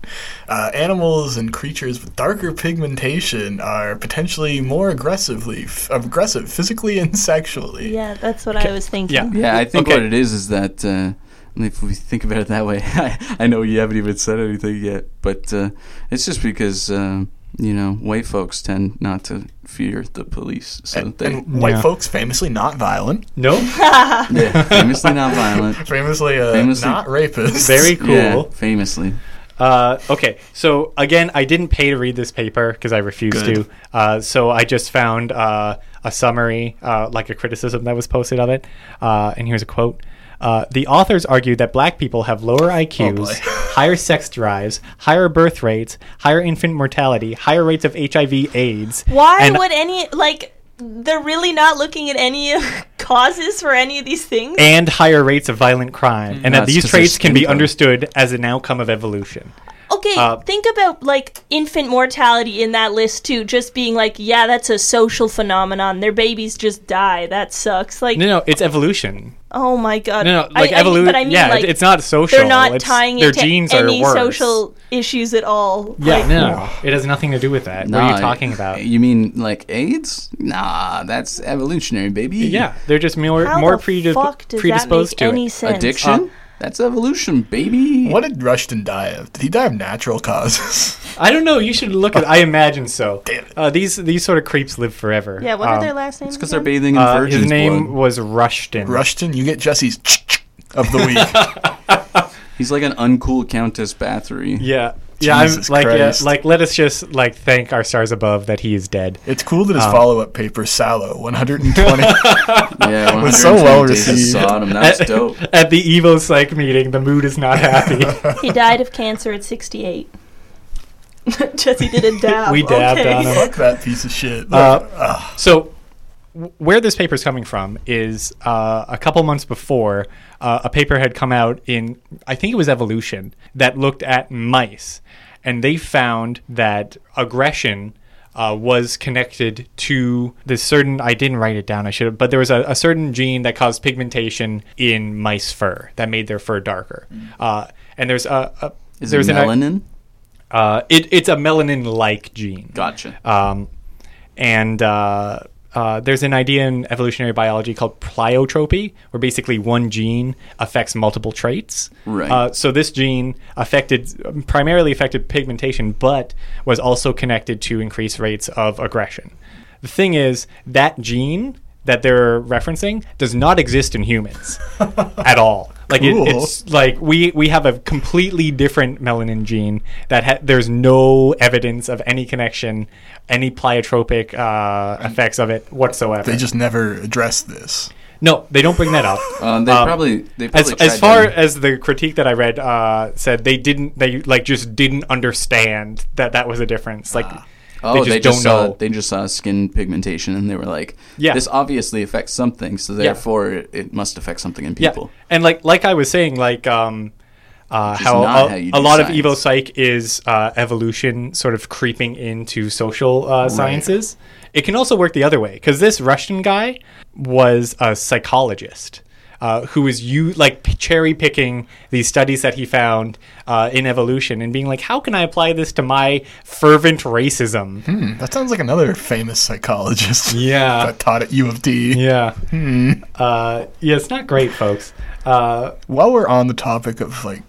S1: uh, animals and creatures with darker pigmentation are potentially more aggressively f- aggressive, physically and sexually.
S3: Yeah, that's what I was thinking.
S2: yeah.
S4: yeah, I think
S2: Okay.
S4: what it is is that uh, if we think about it that way, [LAUGHS] I, I know you haven't even said anything yet, but uh, it's just because uh, you know white folks tend not to fear the police, so
S1: And,
S4: they [LAUGHS]
S1: and white
S2: Yeah.
S1: folks famously not violent,
S2: Nope.
S4: yeah, famously not violent.
S1: [LAUGHS] famously, uh,
S4: Famously-
S1: not rapists.
S2: Very cool.
S4: Yeah, famously.
S2: Uh, okay, so again, I didn't pay to read this paper because I refused
S4: Good.
S2: to. Uh, so I just found uh, a summary, uh, like a criticism that was posted of it. Uh, and here's a quote. Uh, the authors argued that black people have lower IQs,
S1: boy.
S2: [LAUGHS] higher sex drives, higher birth rates, higher infant mortality, higher rates of HIV AIDS.
S3: Why
S2: and
S3: would any like? They're really not looking at any [LAUGHS] causes for any of these things.
S2: and higher rates of violent crime, and that
S4: That's
S2: these
S4: 'cause they're
S2: traits can be
S4: skin color.
S2: understood as an outcome of evolution.
S3: Okay,
S2: Uh,
S3: think about like infant mortality in that list too. Just being like, yeah, that's a social phenomenon. Their babies just die. That sucks. Like,
S2: No, no, it's evolution.
S3: oh my god.
S2: No, no,
S3: [LAUGHS]
S2: like
S3: I, I,
S2: evolution.
S3: But I mean,
S2: yeah,
S3: like,
S2: it's not social.
S3: they're not
S2: it's,
S3: tying
S2: their
S3: it to
S2: genes
S3: any
S2: are worse.
S3: social issues at all.
S2: Yeah,
S3: Like,
S2: no, it has nothing to do with that. what are
S4: Nah,
S2: you talking about?
S4: You mean like AIDS? Nah, that's evolutionary, baby.
S2: yeah, they're just more
S3: How
S2: more
S3: the
S2: predisp-
S3: fuck does
S2: predisposed
S3: that make
S2: to
S3: any
S2: it.
S3: sense?
S4: Addiction?
S2: Uh,
S4: that's evolution, baby.
S1: [LAUGHS] What did Rushton die of? Did he die of natural causes? [LAUGHS]
S2: I don't know. You should look at. I imagine so.
S1: Damn it.
S2: Uh, these these sort of creeps live forever.
S3: Yeah, what
S2: Um,
S3: are their last names?
S4: Because they're
S3: again?
S4: bathing in
S2: uh,
S4: virgin's
S2: his name
S4: blood.
S2: was Rushton.
S1: Rushton, you get Jesse's [LAUGHS] of the
S2: [LAUGHS]
S1: week.
S4: He's like an uncool Countess Bathory.
S2: Yeah, yeah. I'm
S1: Jesus
S2: like, yeah,
S1: Christ.
S2: like let us just like thank our stars above that he is dead.
S1: it's cool
S2: Uh.
S1: that his follow-up paper, Sallow,
S2: [LAUGHS]
S1: 120.
S4: Yeah,
S1: was so well
S4: 120 days of
S1: received.
S4: Sodom. That's dope.
S2: At the Evo Psych meeting, the mood is
S1: [LAUGHS]
S2: not happy.
S3: He died of cancer at [LAUGHS] 68. Jesse did a dab.
S2: We dabbed
S3: okay.
S2: on him.
S1: Fuck that piece of shit.
S2: Uh,
S1: Ugh.
S2: So, w- where this paper is coming from is uh, a couple months before uh, a paper had come out in, I think it was Evolution, that looked at mice. And they found that aggression uh, was connected to this certain, I didn't write it down, I should have, but there was a, a certain gene that caused pigmentation in mice fur that made their fur darker. Uh, and there's a. a
S4: Mm. Is
S2: there's
S4: it
S2: an-
S4: melanin?
S2: uh, it, it's a melanin-like gene.
S4: gotcha.
S2: Um, and uh, uh, there's an idea in evolutionary biology called pleiotropy, where basically one gene affects multiple traits.
S4: Right.
S2: Uh, so this gene affected primarily affected pigmentation, but was also connected to increased rates of aggression. The thing is that gene that they're referencing does not exist in humans at all. Like it-
S1: Cool.
S2: it's like we we have a completely different melanin gene that ha- there's no evidence of any connection, any pleiotropic uh, effects of it whatsoever.
S1: They just never addressed this.
S2: no, they don't bring that up.
S4: um, they probably they
S2: as,
S4: probably
S2: as
S4: tried
S2: far
S4: to-
S2: as the critique that I read uh, said, they didn't. They like just didn't understand that that was a difference. Like
S4: oh
S2: they just
S4: they
S2: don't
S4: just saw
S2: know.
S4: they just saw skin pigmentation and they were like
S2: Yeah.
S4: this obviously affects something so therefore it, it must affect something in people.
S2: Yeah. And like like I was saying, like um, uh,
S4: is
S2: how,
S4: not
S2: a,
S4: how you
S2: a
S4: do
S2: lot of
S4: science.
S2: evo psych is uh, evolution sort of creeping into social uh, sciences. It can also work the other way because this Russian guy was a psychologist. Uh, who was you like cherry picking these studies that he found uh, in evolution and being like, how can I apply this to my fervent racism?
S1: Hmm, that sounds like another famous psychologist. [LAUGHS]
S2: Yeah.
S1: that taught at U of D.
S2: Yeah,
S4: Hmm.
S2: uh, yeah, it's not great, folks. Uh,
S1: While we're on the topic of like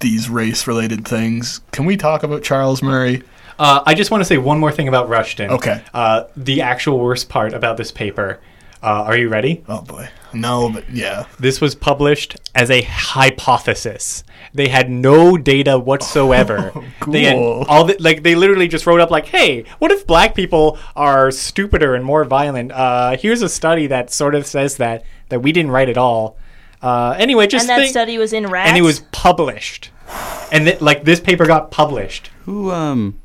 S1: these race-related things, can we talk about Charles Murray?
S2: Uh, I just want to say one more thing about Rushton.
S1: Okay.
S2: Uh, the actual worst part about this paper. Uh, are you ready?
S1: Oh boy, no, but
S2: [LAUGHS]
S1: yeah,
S2: This was published as a hypothesis. They had no data
S1: [LAUGHS]
S2: whatsoever. They had
S1: Oh, Cool.
S2: all the, like they literally just wrote up like, "Hey, what if black people are stupider and more violent?" Uh, here's a study that sort of says that that we didn't write at all. Uh, anyway, just
S3: And that
S2: think-
S3: study was in rats.
S2: and it was published, and th- like this paper got published.
S4: Who um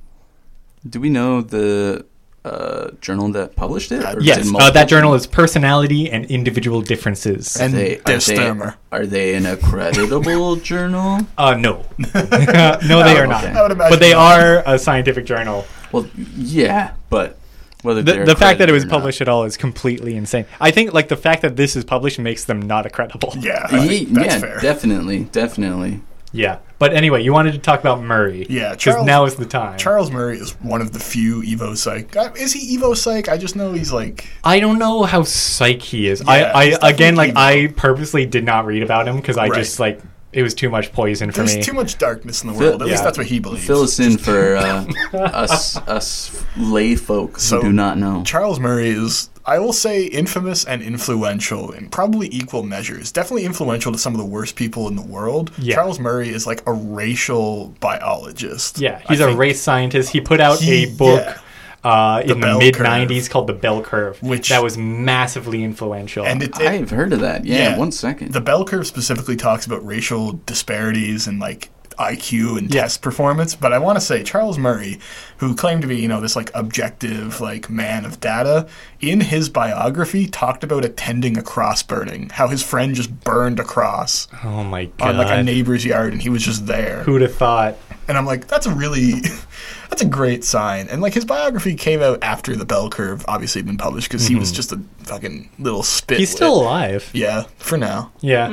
S4: do we know the uh, journal that published it? Or did
S2: Yes, uh,
S4: multiple
S2: that journal is Personality and Individual Differences.
S4: [LAUGHS]
S1: And
S4: They,
S1: Der
S4: are, they,
S1: Stürmer.
S4: are they
S1: [LAUGHS]
S4: an accreditable journal?
S2: Uh,
S4: [LAUGHS]
S2: no. [LAUGHS] no, they are
S4: Oh, okay.
S2: not.
S4: I
S1: would imagine
S2: But they
S1: not.
S2: are a scientific journal.
S4: Well, yeah, but whether
S2: The,
S4: they're
S2: the fact that it was
S4: accredited or not-
S2: published at all is completely insane. I think, like, the fact that this is published makes them not credible.
S1: Yeah, I
S4: Ye-
S1: think that's
S4: yeah,
S1: fair.
S4: definitely, definitely.
S2: [LAUGHS] Yeah. But anyway, you wanted to talk about Murray.
S1: Yeah,
S2: Because
S1: Charles-
S2: now is the time.
S1: Charles Murray is one of the few Evo Psych. uh, Is he Evo Psych? I just know he's like
S2: I don't know how psych he is.
S1: Yeah,
S2: I,
S1: he's
S2: I again, like,
S1: definitely
S2: I purposely did not read about him because I
S1: Right.
S2: just, like, it was too much poison for
S1: there's
S2: me.
S1: too much darkness in the world. At
S2: yeah.
S1: least that's what he believes.
S4: Fill us in
S1: [LAUGHS]
S4: for uh, us, us lay folk who
S1: So-
S4: do not know.
S1: Charles Murray is, I will say, infamous and influential in probably equal measures. Definitely influential to some of the worst people in the world.
S2: Yeah.
S1: Charles Murray is like a racial biologist.
S2: yeah, he's
S1: a
S2: a race scientist. He put out
S1: He-
S2: a book.
S1: yeah.
S2: Uh, in the
S1: Bell
S2: mid
S1: Curve.
S2: '90s, called the Bell Curve,
S1: Which-
S2: that was massively influential.
S1: And it, it,
S4: I've heard of that. Yeah,
S1: yeah.
S4: one second.
S1: the bell curve specifically talks about racial disparities and like IQ and test performance, but I want to say Charles Murray, who claimed to be you know this like objective like man of data, in his biography talked about attending a cross burning, how his friend just burned a cross
S2: oh my
S1: on
S2: god,
S1: like a neighbor's yard and he was just there,
S2: who'd have thought?
S1: and I'm like that's a really [LAUGHS] that's a great sign, and like his biography came out after the bell curve obviously had been published because he was just a fucking little spit.
S2: Mm-hmm. He's still alive.
S1: yeah for now.
S2: Yeah,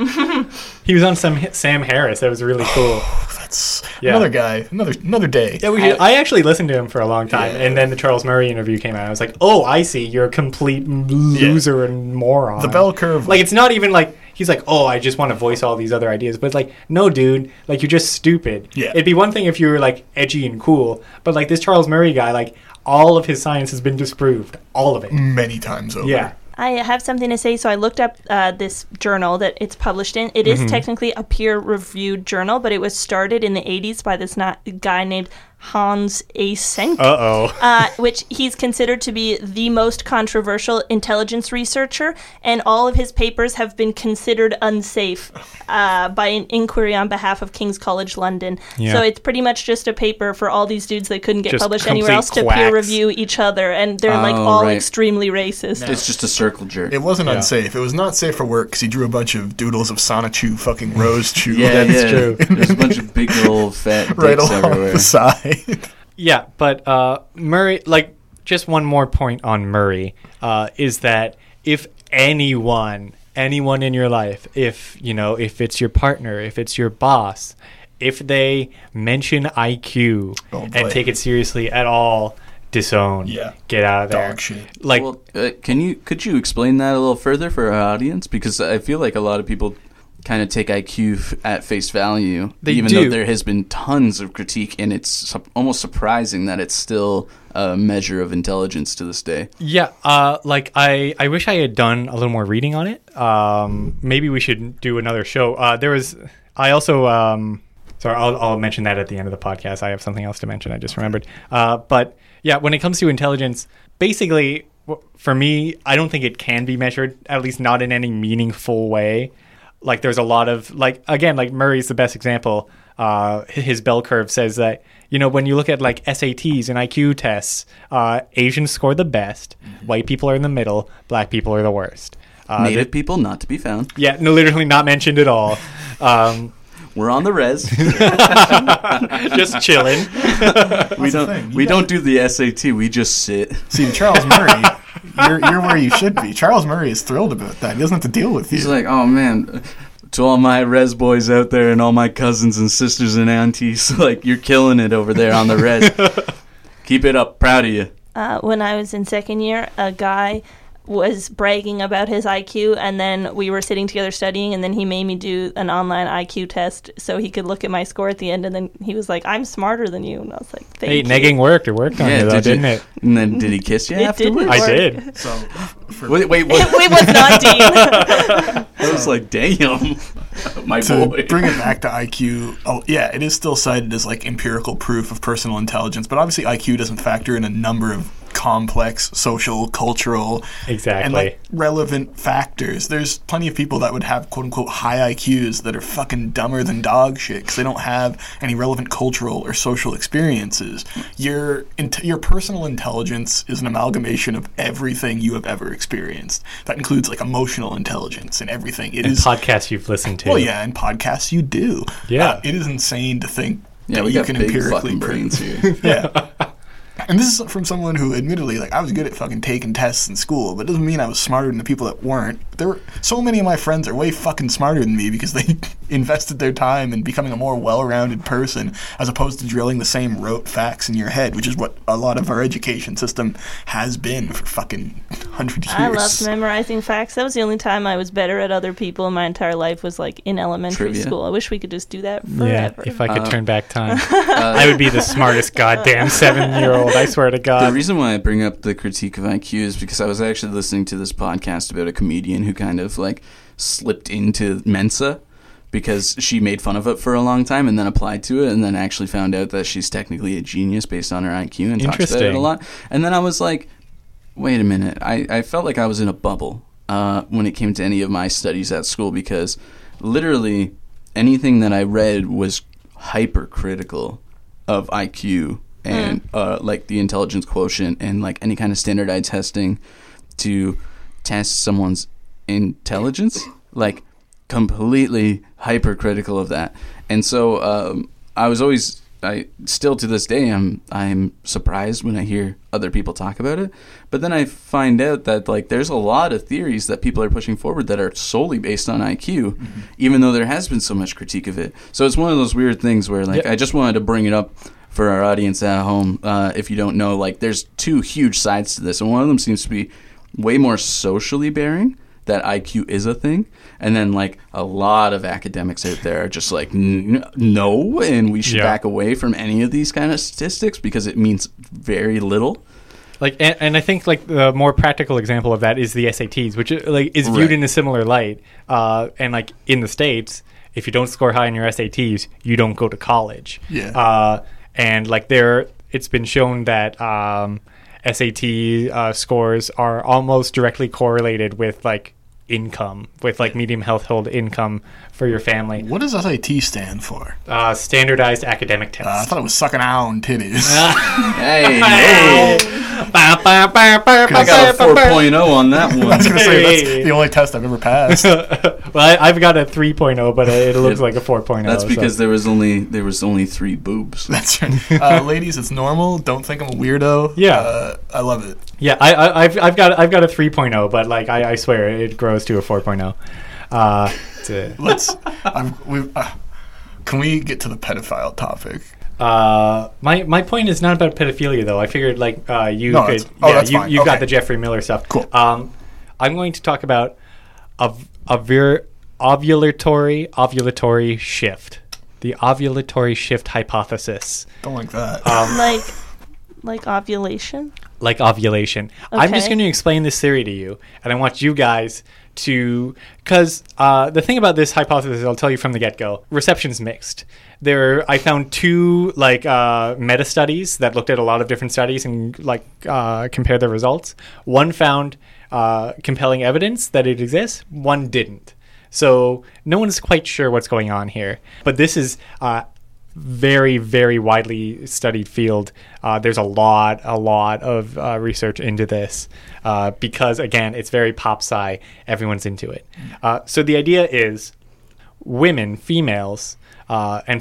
S2: he was on some Sam Harris. That was really cool.
S1: Oh, That's
S2: Yeah.
S1: another guy, another another day.
S2: Yeah, we, I, actually listened to him for a long time, and then the Charles Murray interview came out. I was like, "Oh, I see. You're a complete loser and moron."
S1: The bell curve.
S2: Like, it's not even like he's like, "Oh, I just want to voice all these other ideas," but it's like, no, dude, like you're just stupid.
S1: Yeah.
S2: It'd be one thing if you were like edgy and cool, but like this Charles Murray guy, like all of his science has been disproved, all of it.
S1: many times over.
S2: Yeah.
S3: I have something to say. So I looked up uh, this journal that it's published in. It is
S2: Mm-hmm.
S3: technically a peer-reviewed journal, but it was started in the '80s by this not guy named Hans Eysenck.
S2: Uh oh.
S3: uh, which he's considered to be the most controversial intelligence researcher, and all of his papers have been considered unsafe uh, by an inquiry on behalf of King's College London.
S2: Yeah.
S3: So it's pretty much just a paper for all these dudes that couldn't get
S2: Just
S3: published anywhere
S2: complete
S3: else to
S2: quacks.
S3: peer review each other, and they're like
S4: Oh,
S3: all
S4: right.
S3: extremely racist.
S4: It's just a circle jerk.
S1: It wasn't
S2: Yeah.
S1: unsafe. It was not safe for work because he drew a bunch of doodles of Sonichu
S2: [LAUGHS]
S1: fucking Rose Chew
S4: yeah,
S2: that's
S4: yeah.
S2: true.
S4: There's a bunch of big old fat dicks
S1: [LAUGHS] right along
S4: everywhere.
S1: the
S2: [LAUGHS]
S1: side.
S2: Yeah, but uh, Murray, like, just one more point on Murray uh, is that if anyone, anyone in your life, if you know, if it's your partner, if it's your boss, if they mention IQ
S1: Oh, boy.
S2: and take it seriously at all, disown.
S1: Yeah.
S2: get out of there.
S1: Dog shit.
S2: Like,
S4: well, uh, can you could you explain that a little further for our audience? Because I feel like a lot of people kind of take IQ f- at face value,
S2: They
S4: even
S2: do.
S4: though there has been tons of critique, and it's su- almost surprising that it's still a measure of intelligence to this day.
S2: Yeah, uh, like I, I wish I had done a little more reading on it. Um, maybe we should do another show. Uh, there was, I also, um, sorry, I'll, I'll mention that at the end of the podcast. I have something else to mention. I just remembered. Uh, but yeah, when it comes to intelligence, basically, w- for me, I don't think it can be measured, at least not in any meaningful way. Like there's a lot of like again, like Murray's the best example. Uh, his bell curve says that you know when you look at like SATs and IQ tests, uh, Asians score the best,
S4: Mm-hmm.
S2: white people are in the middle, black people are the worst. Uh,
S4: Native
S2: th-
S4: people not to be found.
S2: yeah, no, literally not mentioned at
S4: [LAUGHS]
S2: all. Um,
S4: We're on
S1: [LAUGHS]
S4: the res.
S2: just chilling.
S1: the
S4: we don't
S1: thing. You
S4: we
S1: guys-
S4: don't do the SAT. We just sit.
S1: See, Charles Murray, you're, you're where you should be. Charles Murray is thrilled about that. He doesn't have to deal with
S4: He's
S1: you.
S4: like, oh man, to all my res boys out there and all my cousins and sisters and aunties, [LAUGHS] like you're killing it over there on the res.
S1: [LAUGHS]
S4: Keep it up, proud of you.
S3: uh, when I was in second year, a guy was bragging about his IQ, and then we were sitting together studying, and then he made me do an online IQ test so he could look at my score at the end, and then he was like, "I'm smarter than you," and I was like, "Thank
S2: Hey,
S3: you."
S2: [LAUGHS] negging worked. It worked on you, though,
S4: did
S2: didn't
S4: you-
S2: it?
S4: And then did he kiss you
S3: It
S4: afterwards?
S3: didn't
S2: I
S3: work. [LAUGHS]
S2: did.
S1: So, for,
S4: Wait, wait, what?
S3: it was
S2: [LAUGHS]
S3: not Dean.
S4: I was like, damn, [LAUGHS]
S1: [LAUGHS]
S4: my
S1: to
S4: boy.
S1: bring it back to IQ, oh, yeah, it is still cited as like empirical proof of personal intelligence, but obviously IQ doesn't factor in a number of complex social, cultural, and
S2: Exactly.
S1: like relevant factors. There's plenty of people that would have quote unquote high IQs that are fucking dumber than dog shit because they don't have any relevant cultural or social experiences. Your int- your personal intelligence is an amalgamation of everything you have ever experienced. That includes like emotional intelligence and everything. It is
S2: Podcasts you've listened to.
S1: well, yeah, and podcasts you do.
S2: Yeah.
S1: Uh, it is insane to think
S4: Yeah,
S1: that
S4: we
S1: you
S4: got
S1: can
S4: big
S1: empirically
S4: fucking
S1: prove [LAUGHS]
S4: brains here.
S1: yeah. And this is from someone who, admittedly, like I was good at fucking taking tests in school, but it doesn't mean I was smarter than the people that weren't. There were so many of my friends are way fucking smarter than me because they [LAUGHS] invested their time in becoming a more well-rounded person as opposed to drilling the same rote facts in your head, which is what a lot of our education system has been for fucking [LAUGHS] hundred years.
S3: I loved memorizing facts. That was the only time I was better at other people in my entire life was like in elementary
S4: Trivia.
S3: school. I wish we could just do that
S2: Yeah,
S3: forever.
S2: if I could
S4: Uh,
S2: turn back
S4: [LAUGHS]
S2: time, I would be the smartest goddamn seven year old. I swear to
S4: The
S2: God.
S4: reason why I bring up the critique of IQ is because I was actually listening to this podcast about a comedian who kind of like slipped into Mensa because she made fun of it for a long time and then applied to it and then actually found out that she's technically a genius based on her IQ and talks about it a
S2: Interesting.
S4: lot. And then I was like, wait a minute. I, I felt like I was in a bubble uh, when it came to any of my studies at school because literally anything that I read was hypercritical of IQ and uh, like the intelligence quotient and like any kind of standardized testing to test someone's intelligence. Like completely hypercritical of that. And so um, I was always, I still to this day, I'm I'm surprised when I hear other people talk about it. But then I find out that like there's a lot of theories that people are pushing forward that are solely based on IQ, even though there has been so much critique of it. So it's one of those weird things where like
S2: Yeah.
S4: I just wanted to bring it up. For our audience at home, uh, if you don't know, like there's two huge sides to this, and one of them seems to be way more socially bearing that IQ is a thing. And then like a lot of academics out there are just like "N- no and we should
S2: Yeah.
S4: back away from any of these kind of statistics because it means
S1: [LAUGHS]
S4: very little.
S2: Like, and, and I think like the more practical example of that is the SATs, which uh, like is viewed
S4: Right.
S2: in a similar light. Uh, and like in the states, if you don't score high in your SATs, you don't go to college.
S1: Yeah.
S2: Uh, and like there, it's been shown that um, SAT uh, scores are almost directly correlated with like income, with like medium household income for your family.
S1: What does SAT stand for? Uh,
S2: Uh, standardized academic
S1: I
S2: tests.
S1: thought it was sucking on titties.
S4: Hey, no. I got a 4.0
S1: [LAUGHS]
S4: on that
S1: I was
S4: one.
S1: gonna say
S2: Hey.
S1: that's the only test I've ever passed. [LAUGHS]
S2: [LAUGHS] well, I, I've got a 3.0, but it looks
S4: Yeah.
S2: like a 4.0.
S4: That's
S1: uh,
S2: so-
S4: because there was only there was only 3 boobs.
S1: That's right. Uh, ladies, it's normal. Don't think I'm a weirdo.
S2: Yeah.
S1: Uh, I love it.
S2: yeah, I, I, I've, I've got I've got a 3.0, but like I, I swear it grows to a 4.0. Uh, it's a- [LAUGHS]
S1: Let's. I'm, we, uh, can we get to the pedophile topic?
S2: uh, my my point is not about pedophilia though. I figured like uh, you
S1: No,
S2: could
S1: that's- oh,
S2: yeah
S1: that's
S2: you
S1: fine.
S2: you got
S1: Okay.
S2: the Jeffrey Miller stuff.
S1: Cool.
S2: Um, I'm going to talk about a a vir- ovulatory ovulatory shift, the ovulatory shift hypothesis.
S1: Don't like that.
S3: like like ovulation.
S2: like ovulation. I'm just
S3: Okay.
S2: going to explain this theory to you, and I want you guys to, because uh, the thing about this hypothesis, I'll tell you from the get go. Reception's mixed. There, I found two like uh, meta studies that looked at a lot of different studies and like uh, compared their results. One found uh, compelling evidence that it exists. One didn't. So no one's quite sure what's going on here. But this is uh, very, very widely studied field. Uh, there's a lot, a lot of uh, research into this uh, because, again, it's very pop sci. Everyone's into it. Uh, so the idea is women, females, uh, and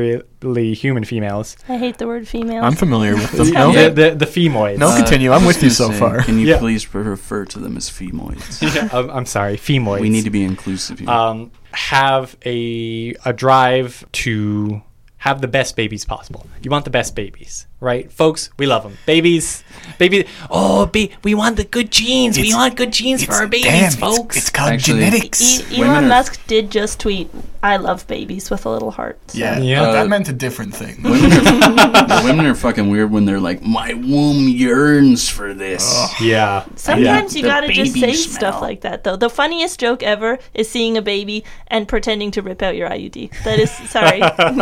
S2: particularly human females,
S3: I hate the word female.
S1: I'm familiar with them.
S4: No?
S2: the, Uh, the, the femoids. [LAUGHS]
S1: No. I'll continue. [LAUGHS] I'm
S4: I was
S1: with you
S4: gonna
S1: so far.
S4: Can you
S2: Yeah.
S4: please refer to them as
S1: [LAUGHS]
S4: femoids?
S2: Yeah, I'm, Um, I'm sorry, femoids.
S4: we need to be inclusive here.
S2: um, have a a drive to have the best babies possible. You want the best babies, right, folks? We love them. Babies, baby. Oh, ba- we want the good genes. we
S1: It's-
S2: want good genes for our babies,
S1: Damn,
S2: folks.
S1: It's, it's called
S4: Actually-
S1: genetics.
S3: E-
S4: Women
S3: Elon
S4: are-
S3: Musk did just tweet, "I love babies" with a little heart. so-
S1: yeah,
S2: Yeah.
S1: but that
S4: Uh,
S1: meant a different thing.
S4: women, are, women are fucking weird when they're like, my womb yearns for this.
S2: yeah.
S3: Sometimes you
S4: The
S3: gotta just
S4: baby
S3: say
S4: smell.
S3: stuff like that, though. The funniest joke ever is seeing a baby and pretending to rip out your IUD. That is, sorry,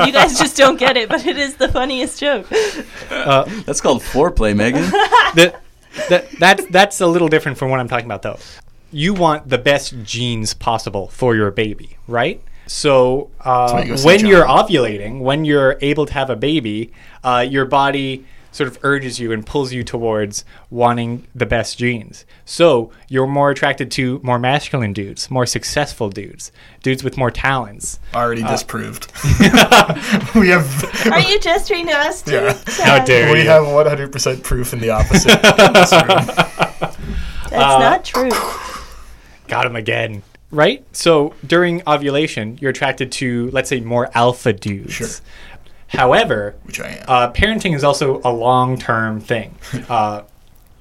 S3: you guys just don't get it, but it is the funniest joke.
S1: [LAUGHS]
S4: That's called foreplay, Megan.
S2: The, that, that's that's a little different from what I'm talking about, though. You want the best genes possible for your baby, right? So uh,
S1: why you go see
S2: when
S1: John.
S2: you're ovulating, when you're able to have a baby, uh, your body sort of urges you and pulls you towards wanting the best genes. So you're more attracted to more masculine dudes, more successful dudes, dudes with more talents.
S1: [LAUGHS] Already disproved. we have
S3: Are you gesturing to us? Too?
S1: Yeah.
S3: Chad?
S2: How dare
S1: we
S2: you.
S1: have 100% proof in the opposite. in this room.
S3: That's not true.
S2: Got him again. Right? So during ovulation, you're attracted to, let's say, more alpha dudes.
S1: Sure.
S2: However,
S1: Which I am.
S2: uh, parenting is also a long term thing. Uh,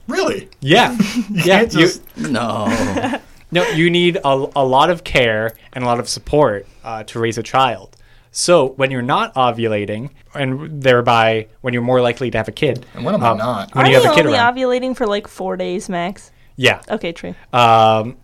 S1: really? [LAUGHS]
S2: yeah. yeah.
S1: can't
S2: You,
S1: just-
S4: No.
S2: no, you need a, a lot of care and a lot of support uh, to raise a child. So when you're not ovulating, and thereby when you're more likely to have a kid.
S1: And when am I
S2: uh,
S1: not?
S2: When
S3: Are
S2: you have a kid
S3: only
S2: around.
S3: ovulating for like four days max?
S2: yeah.
S3: Okay, true.
S2: um,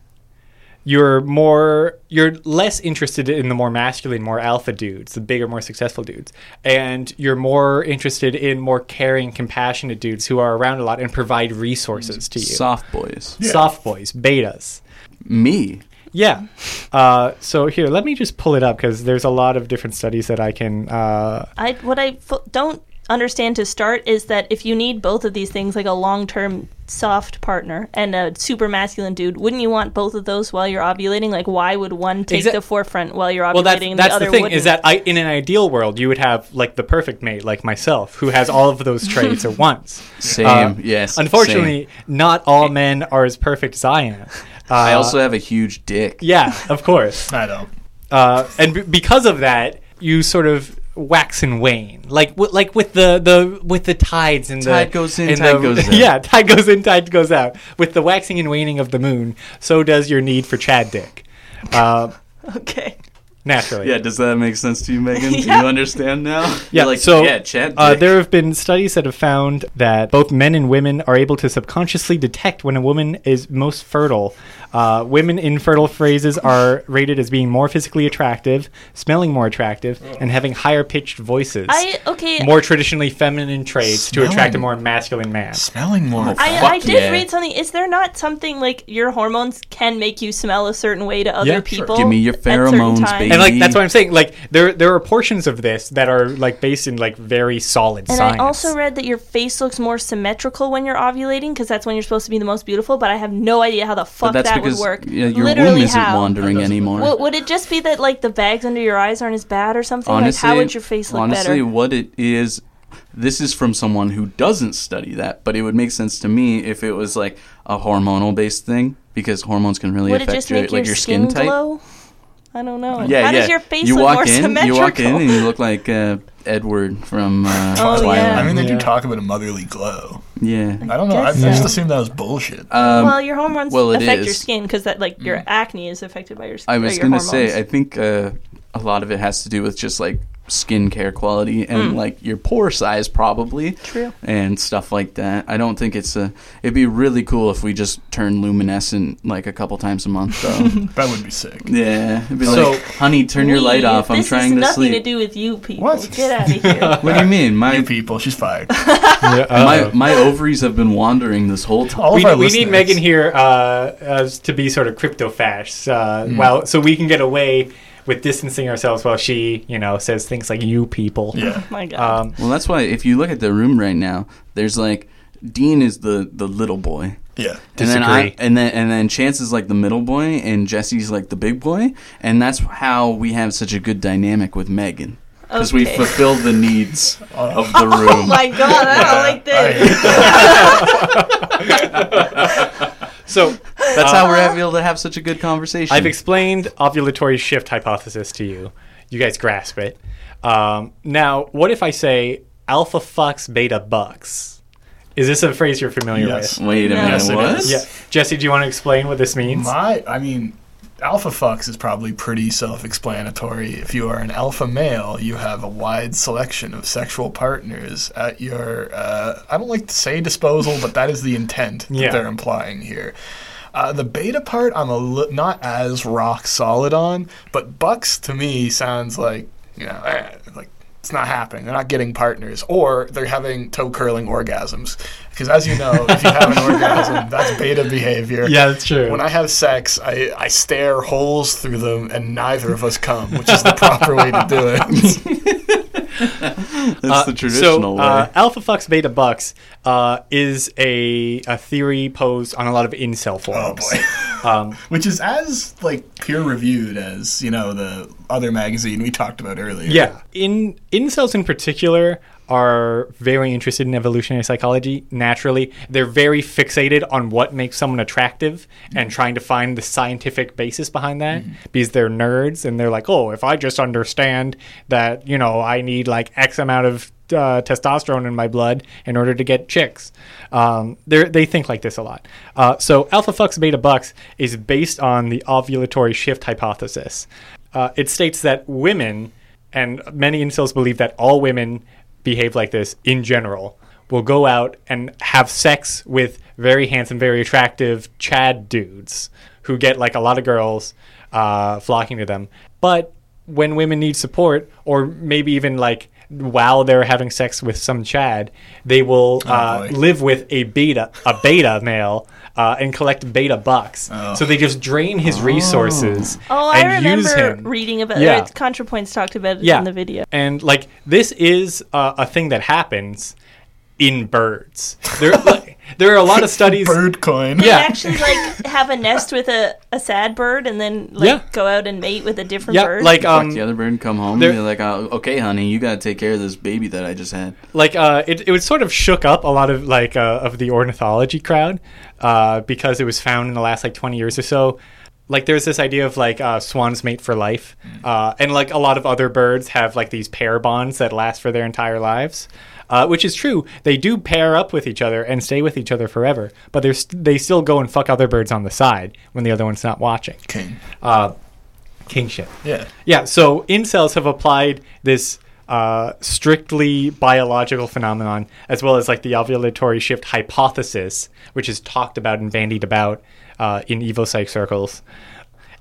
S2: you're more you're less interested in the more masculine more alpha dudes the bigger more successful dudes and you're more interested in more caring compassionate dudes who are around a lot and provide resources to you
S4: Soft boys.
S2: soft boys betas
S4: Me.
S2: yeah uh, so here let me just pull it up because there's a lot of different studies that i can uh,
S3: I what I f- don't understand to start is that if you need both of these things, like a long-term soft partner and a super masculine dude, wouldn't you want both of those while you're ovulating? Like, why would one take
S2: Exact-
S3: the forefront while you're ovulating
S2: well that's,
S3: and the
S2: that's
S3: other
S2: the thing
S3: wouldn't?
S2: is that I, in an ideal world you would have like the perfect mate like myself who has all of those
S3: [LAUGHS]
S2: traits at once
S4: Same.
S2: Uh,
S4: yes.
S2: Unfortunately,
S4: same.
S2: not all men are as perfect as I
S4: [LAUGHS]
S2: am. Uh,
S4: I also have a huge dick.
S2: yeah, of course.
S1: I don't.
S2: Uh, and b- because of that, you sort of wax and wane, like w- like with the, the with the tides and
S4: Tide
S2: the
S4: goes in,
S2: and
S4: tide
S2: the- [LAUGHS]
S4: goes out.
S2: Yeah, tide goes in, tide goes out. With the waxing and waning of the moon, so does your need for Chad dick. Uh,
S3: [LAUGHS] okay.
S2: naturally.
S4: Yeah, does that make sense to you, Megan? Do
S3: Yeah.
S4: you understand now?
S2: Yeah,
S4: You're like,
S2: so
S4: [LAUGHS] yeah, Chad.
S2: Uh,
S4: dick.
S2: there have been studies that have found that both men and women are able to subconsciously detect when a woman is most fertile. Uh, women in fertile phases are rated as being more physically attractive, smelling more attractive, and having higher pitched voices.
S3: I okay.
S2: more traditionally feminine traits to attract a
S1: Smelling.
S2: more masculine man.
S1: Smelling more.
S3: I,
S4: Fuck
S3: I did
S4: yeah.
S3: read something. Is there not something like your hormones can make you smell a certain way to other
S2: Yeah, sure.
S3: people?
S4: Give me your
S3: at certain
S4: pheromones,
S3: times?
S4: baby.
S2: And like that's what I'm saying. Like there there are portions of this that are like based in like very solid
S3: And
S2: science.
S3: I also read that your face looks more symmetrical when you're ovulating because that's when you're supposed to be the most beautiful. But I have no idea how the
S4: but
S3: fuck
S4: that's
S3: that would
S4: because
S3: work.
S4: yeah, your
S3: Literally
S4: womb isn't
S3: how?
S4: wandering anymore.
S3: Would, would it just be that like the bags under your eyes aren't as bad or something?
S4: honestly,
S3: like how would your face look
S4: honestly,
S3: better?
S4: what it is, this is from someone who doesn't study that, but it would make sense to me if it was like a hormonal based thing because hormones can really
S3: Would it
S4: affect
S3: just
S4: your,
S3: make
S4: like
S3: your,
S4: your skin, type.
S3: glow? I don't know.
S4: Yeah,
S3: how
S4: yeah.
S3: does your face
S4: you
S3: look
S4: walk
S3: more
S4: in,
S3: symmetrical?
S4: you walk in, and you look like uh, Edward from uh,
S3: Oh,
S4: Twilight.
S3: yeah.
S1: I mean, they do
S2: Yeah.
S1: talk about a motherly glow.
S4: yeah.
S1: I don't know. I, I
S3: Guess
S1: just
S2: so.
S1: assumed that was bullshit.
S4: Um,
S3: well, your hormones
S4: well, it
S3: affect your
S4: is. Mm.
S3: skin because that like your acne is affected by your skin.
S4: I was
S3: going to
S4: say, I think uh, a lot of it has to do with just like skincare quality and like your pore size, probably.
S3: Hmm. True.
S4: And stuff like that. I don't think it's a. It'd be really cool if we just turn luminescent like a couple times a
S3: [LAUGHS]
S4: month, though.
S1: that would be sick.
S4: yeah. It'd be
S2: So-
S4: like, honey, turn your light off. I'm
S3: this
S4: trying
S3: has
S4: to
S3: nothing
S4: sleep.
S3: to do with you people.
S1: What?
S3: Get
S1: [LAUGHS]
S3: out of here.
S4: what do you mean?
S1: You
S4: My
S1: people, she's fired.
S2: Yeah, uh, Oh.
S4: my, my ovaries have been wandering this whole time.
S1: All
S2: we,
S1: of our
S2: we need
S1: listeners-
S2: Megan here uh, as to be sort of crypto fash, uh,
S1: Mm.
S2: while so we can get away with distancing ourselves while she, you know, says things like "you people."
S1: Yeah.
S3: My God.
S2: Um,
S4: Well, that's why if you look at the room right now, there's like Dean is the, the little boy.
S1: Yeah.
S4: And then, I,
S2: Disagree.
S4: and then and then Chance is like the middle boy, and Jesse's like the big boy, and that's how we have such a good dynamic with Megan because we
S3: Okay.
S4: fulfill
S3: [LAUGHS]
S4: the needs of the room.
S3: oh my God. I
S1: [LAUGHS]
S3: don't like this.
S1: I-
S2: so
S4: that's how we're able to have such a good conversation.
S2: I've explained ovulatory shift hypothesis to you. You guys grasp it. Um, now, what if I say alpha fucks beta bucks? Is this a phrase you're familiar
S1: Yes.
S2: with?
S4: Wait a
S3: No.
S1: Yes, it
S4: minute, what?
S1: is.
S2: Yeah, Jesse, do you want to explain what this means?
S1: My, I mean, alpha fucks is probably pretty self-explanatory. If you are an alpha male, you have a wide selection of sexual partners at your. Uh, I don't like to say disposal, but that is the intent
S2: Yeah.
S1: that they're implying here. Uh, the beta part, I'm a li- not as rock solid on, but bucks to me sounds like you know, eh, like It's not happening. They're not getting partners, or they're having toe curling orgasms. Because as you know, if you have an
S2: [LAUGHS]
S1: orgasm, that's beta behavior.
S2: Yeah, that's true.
S1: When I have sex, I, I stare holes through them, and neither of us come, which is the proper way to do it. [LAUGHS]
S4: That's the
S2: so,
S4: traditional
S2: Uh,
S4: way.
S2: alpha fucks beta bucks uh, is a, a theory posed on a lot of incel
S1: Oh,
S2: forums.
S4: Oh,
S2: um,
S1: Which is as like peer reviewed as you know the other magazine we talked about earlier.
S2: yeah, in incels in particular are very interested in evolutionary psychology. Naturally, they're very fixated on what makes someone attractive and trying to find the scientific basis behind that because they're nerds and they're like, oh, if I just understand that you know I need like X amount of uh, testosterone in my blood in order to get chicks. Um, they're- they think like this a lot. Uh, so alpha fucks beta bucks is based on the ovulatory shift hypothesis. Uh, it states that women, and many incels believe that all women behave like this in general, will go out and have sex with very handsome, very attractive Chad dudes who get like a lot of girls uh, flocking to them. But when women need support, or maybe even like while they're having sex with some Chad, they will uh,
S1: boy.
S2: live with a beta, a beta male, uh, and collect beta bucks. So they just drain his resources
S3: Oh,
S2: and
S3: I
S2: use
S3: remember
S2: him.
S3: reading about
S2: Yeah.
S3: it. ContraPoints talked about it
S2: Yeah.
S3: in the video.
S2: And like this is uh, a thing that happens in birds. There, like, there are a lot
S3: [LAUGHS]
S2: of studies.
S1: Bird coin.
S2: Yeah.
S3: They actually like have a nest with a, a sad bird and then like
S2: Yeah.
S3: go out and mate with a different
S2: Yeah,
S3: bird.
S2: like
S4: Fuck
S2: um,
S4: the other bird and come home.
S2: there-
S4: You're like, oh, okay, honey, you gotta take care of this baby that I just had.
S2: like uh, it, it was sort of shook up a lot of like uh, of the ornithology crowd uh, because it was found in the last like 20 years or so like there's this idea of like uh, swans mate for life uh, and like a lot of other birds have like these pair bonds that last for their entire lives uh, which is true they do pair up with each other and stay with each other forever but they're st- they still go and fuck other birds on the side when the other one's not watching
S1: King.
S2: uh, kingship
S1: Yeah.
S2: yeah, so incels have applied this uh, strictly biological phenomenon, as well as like the ovulatory shift hypothesis, which is talked about and bandied about uh, in evil psych circles,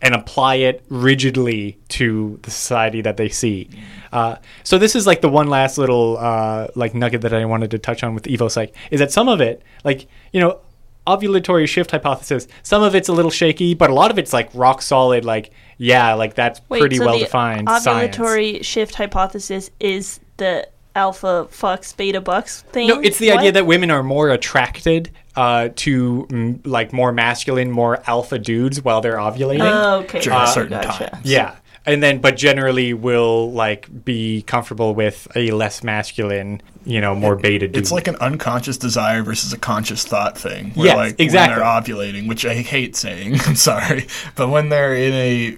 S2: and apply it rigidly to the society that they see. Uh, so this is like the one last little uh, like nugget that I wanted to touch on with evil psych is that some of it, like you know, ovulatory shift hypothesis, some of it's a little shaky, but a lot of it's like rock solid. Like yeah, like that's
S3: Wait,
S2: pretty
S3: so
S2: well
S3: the
S2: defined science.
S3: Ovulatory shift hypothesis is the alpha fucks beta bucks thing.
S2: No, it's the
S3: What?
S2: idea that women are more attracted uh, to mm, like more masculine, more alpha dudes while they're ovulating.
S3: Oh, okay.
S1: During
S3: Uh,
S1: a certain
S3: gotcha.
S1: time.
S2: yeah, and then but generally will like be comfortable with a less masculine, you know, more beta dude.
S1: It's like an unconscious desire versus a conscious thought thing. Where
S2: Yes,
S1: like
S2: exactly.
S1: when they're ovulating, which I hate saying, [LAUGHS] I'm sorry, but when they're in a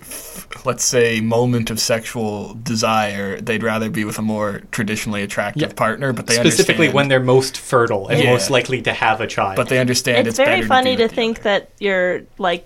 S1: let's say moment of sexual desire, they'd rather be with a more traditionally attractive
S2: Yeah.
S1: partner, but they
S2: specifically
S1: understand,
S2: when they're most fertile and
S1: Yeah.
S2: most likely to have a child.
S1: but they understand it's,
S3: It's, very
S1: better do
S3: funny to
S1: it the
S3: think
S1: other
S3: that your like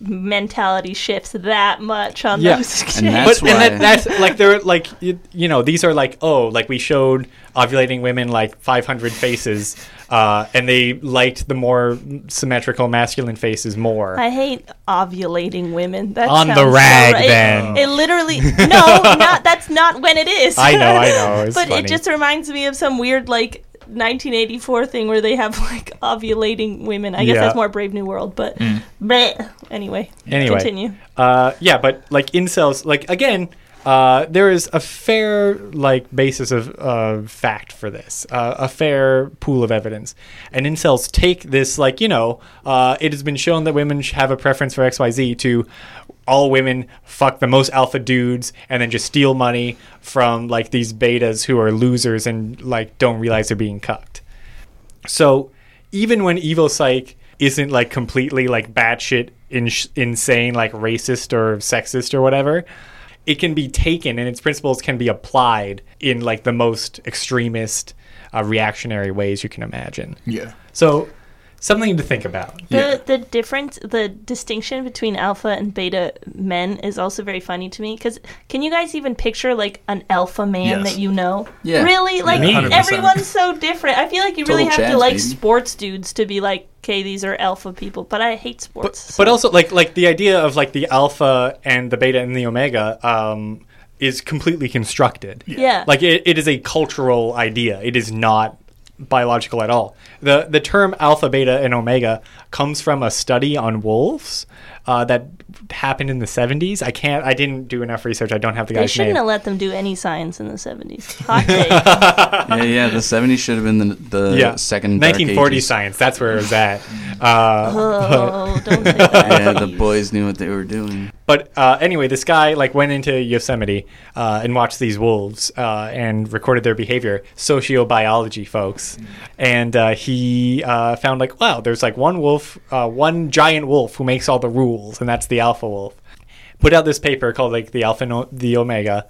S3: mentality shifts that much on
S2: Yeah.
S3: those. [LAUGHS]
S4: And
S3: shifts.
S4: That's
S2: but and that,
S4: why-
S2: that's like they're like you, you know these are like oh like we showed ovulating women like 500 faces uh, and they liked the more symmetrical masculine faces more
S3: I hate ovulating women. That
S2: On the
S3: sounds so
S2: rag,
S3: right.
S2: then.
S3: It,
S2: [LAUGHS]
S3: literally no, not that's not when it is.
S2: I know, I know,
S3: [LAUGHS]
S2: it's
S3: but
S2: funny.
S3: it just reminds me of some weird like 1984 thing where they have like ovulating women. I guess
S2: Yeah. Mm.
S3: that's more Brave New World, but bleh. anyway.
S2: anyway
S3: continue.
S2: uh, yeah but like incels like again uh, there is a fair like basis of uh, fact for this uh, a fair pool of evidence and incels take this like you know uh, it has been shown that women sh- have a preference for xyz to all women fuck the most alpha dudes and then just steal money from like these betas who are losers and like don't realize they're being cucked so even when evil psych isn't like completely like batshit in- insane, like racist or sexist or whatever, it can be taken and its principles can be applied in like the most extremist, uh, reactionary ways you can imagine.
S1: day. yeah.
S2: So something to think about.
S3: The
S1: Yeah.
S3: the difference, the distinction between alpha and beta men is also very funny to me because can you guys even picture like an alpha man
S1: Yes.
S3: that you know?
S4: Yeah.
S3: Really, like
S2: Me.
S1: 100%.
S3: everyone's so different. I feel like you really
S4: Total
S3: have to
S4: Chads,
S3: like
S4: baby.
S3: sports dudes to be like, okay, these are alpha people. But I hate sports.
S2: But also like like the idea of like the alpha and the beta and the omega. Um, is completely constructed.
S3: Yeah.
S2: Like it, it is a cultural idea. It is not biological at all. The the term alpha, beta, and omega comes from a study on wolves uh, that happened in the seventies. I can't. I didn't do enough research. I don't have the
S3: They
S2: guy's
S3: shouldn't
S2: name.
S3: have let them do any science in the
S2: [LAUGHS]
S3: 70s. Hot take.
S4: yeah, yeah. The '70s should have been the, the
S2: yeah,
S4: second Dark
S2: 1940
S4: Ages.
S2: science. That's where it was at.
S4: [LAUGHS]
S2: Uh,
S3: oh,
S2: [LAUGHS]
S3: don't say that.
S4: Yeah, the
S3: please.
S4: boys knew what they were doing.
S2: But uh, anyway, this guy like went into Yosemite uh, and watched these wolves uh, and recorded their behavior, sociobiology folks, and uh, he uh, found like wow, there's like one wolf, uh, one giant wolf who makes all the rules, and that's the alpha wolf. Put out this paper called like the alpha and O- the omega,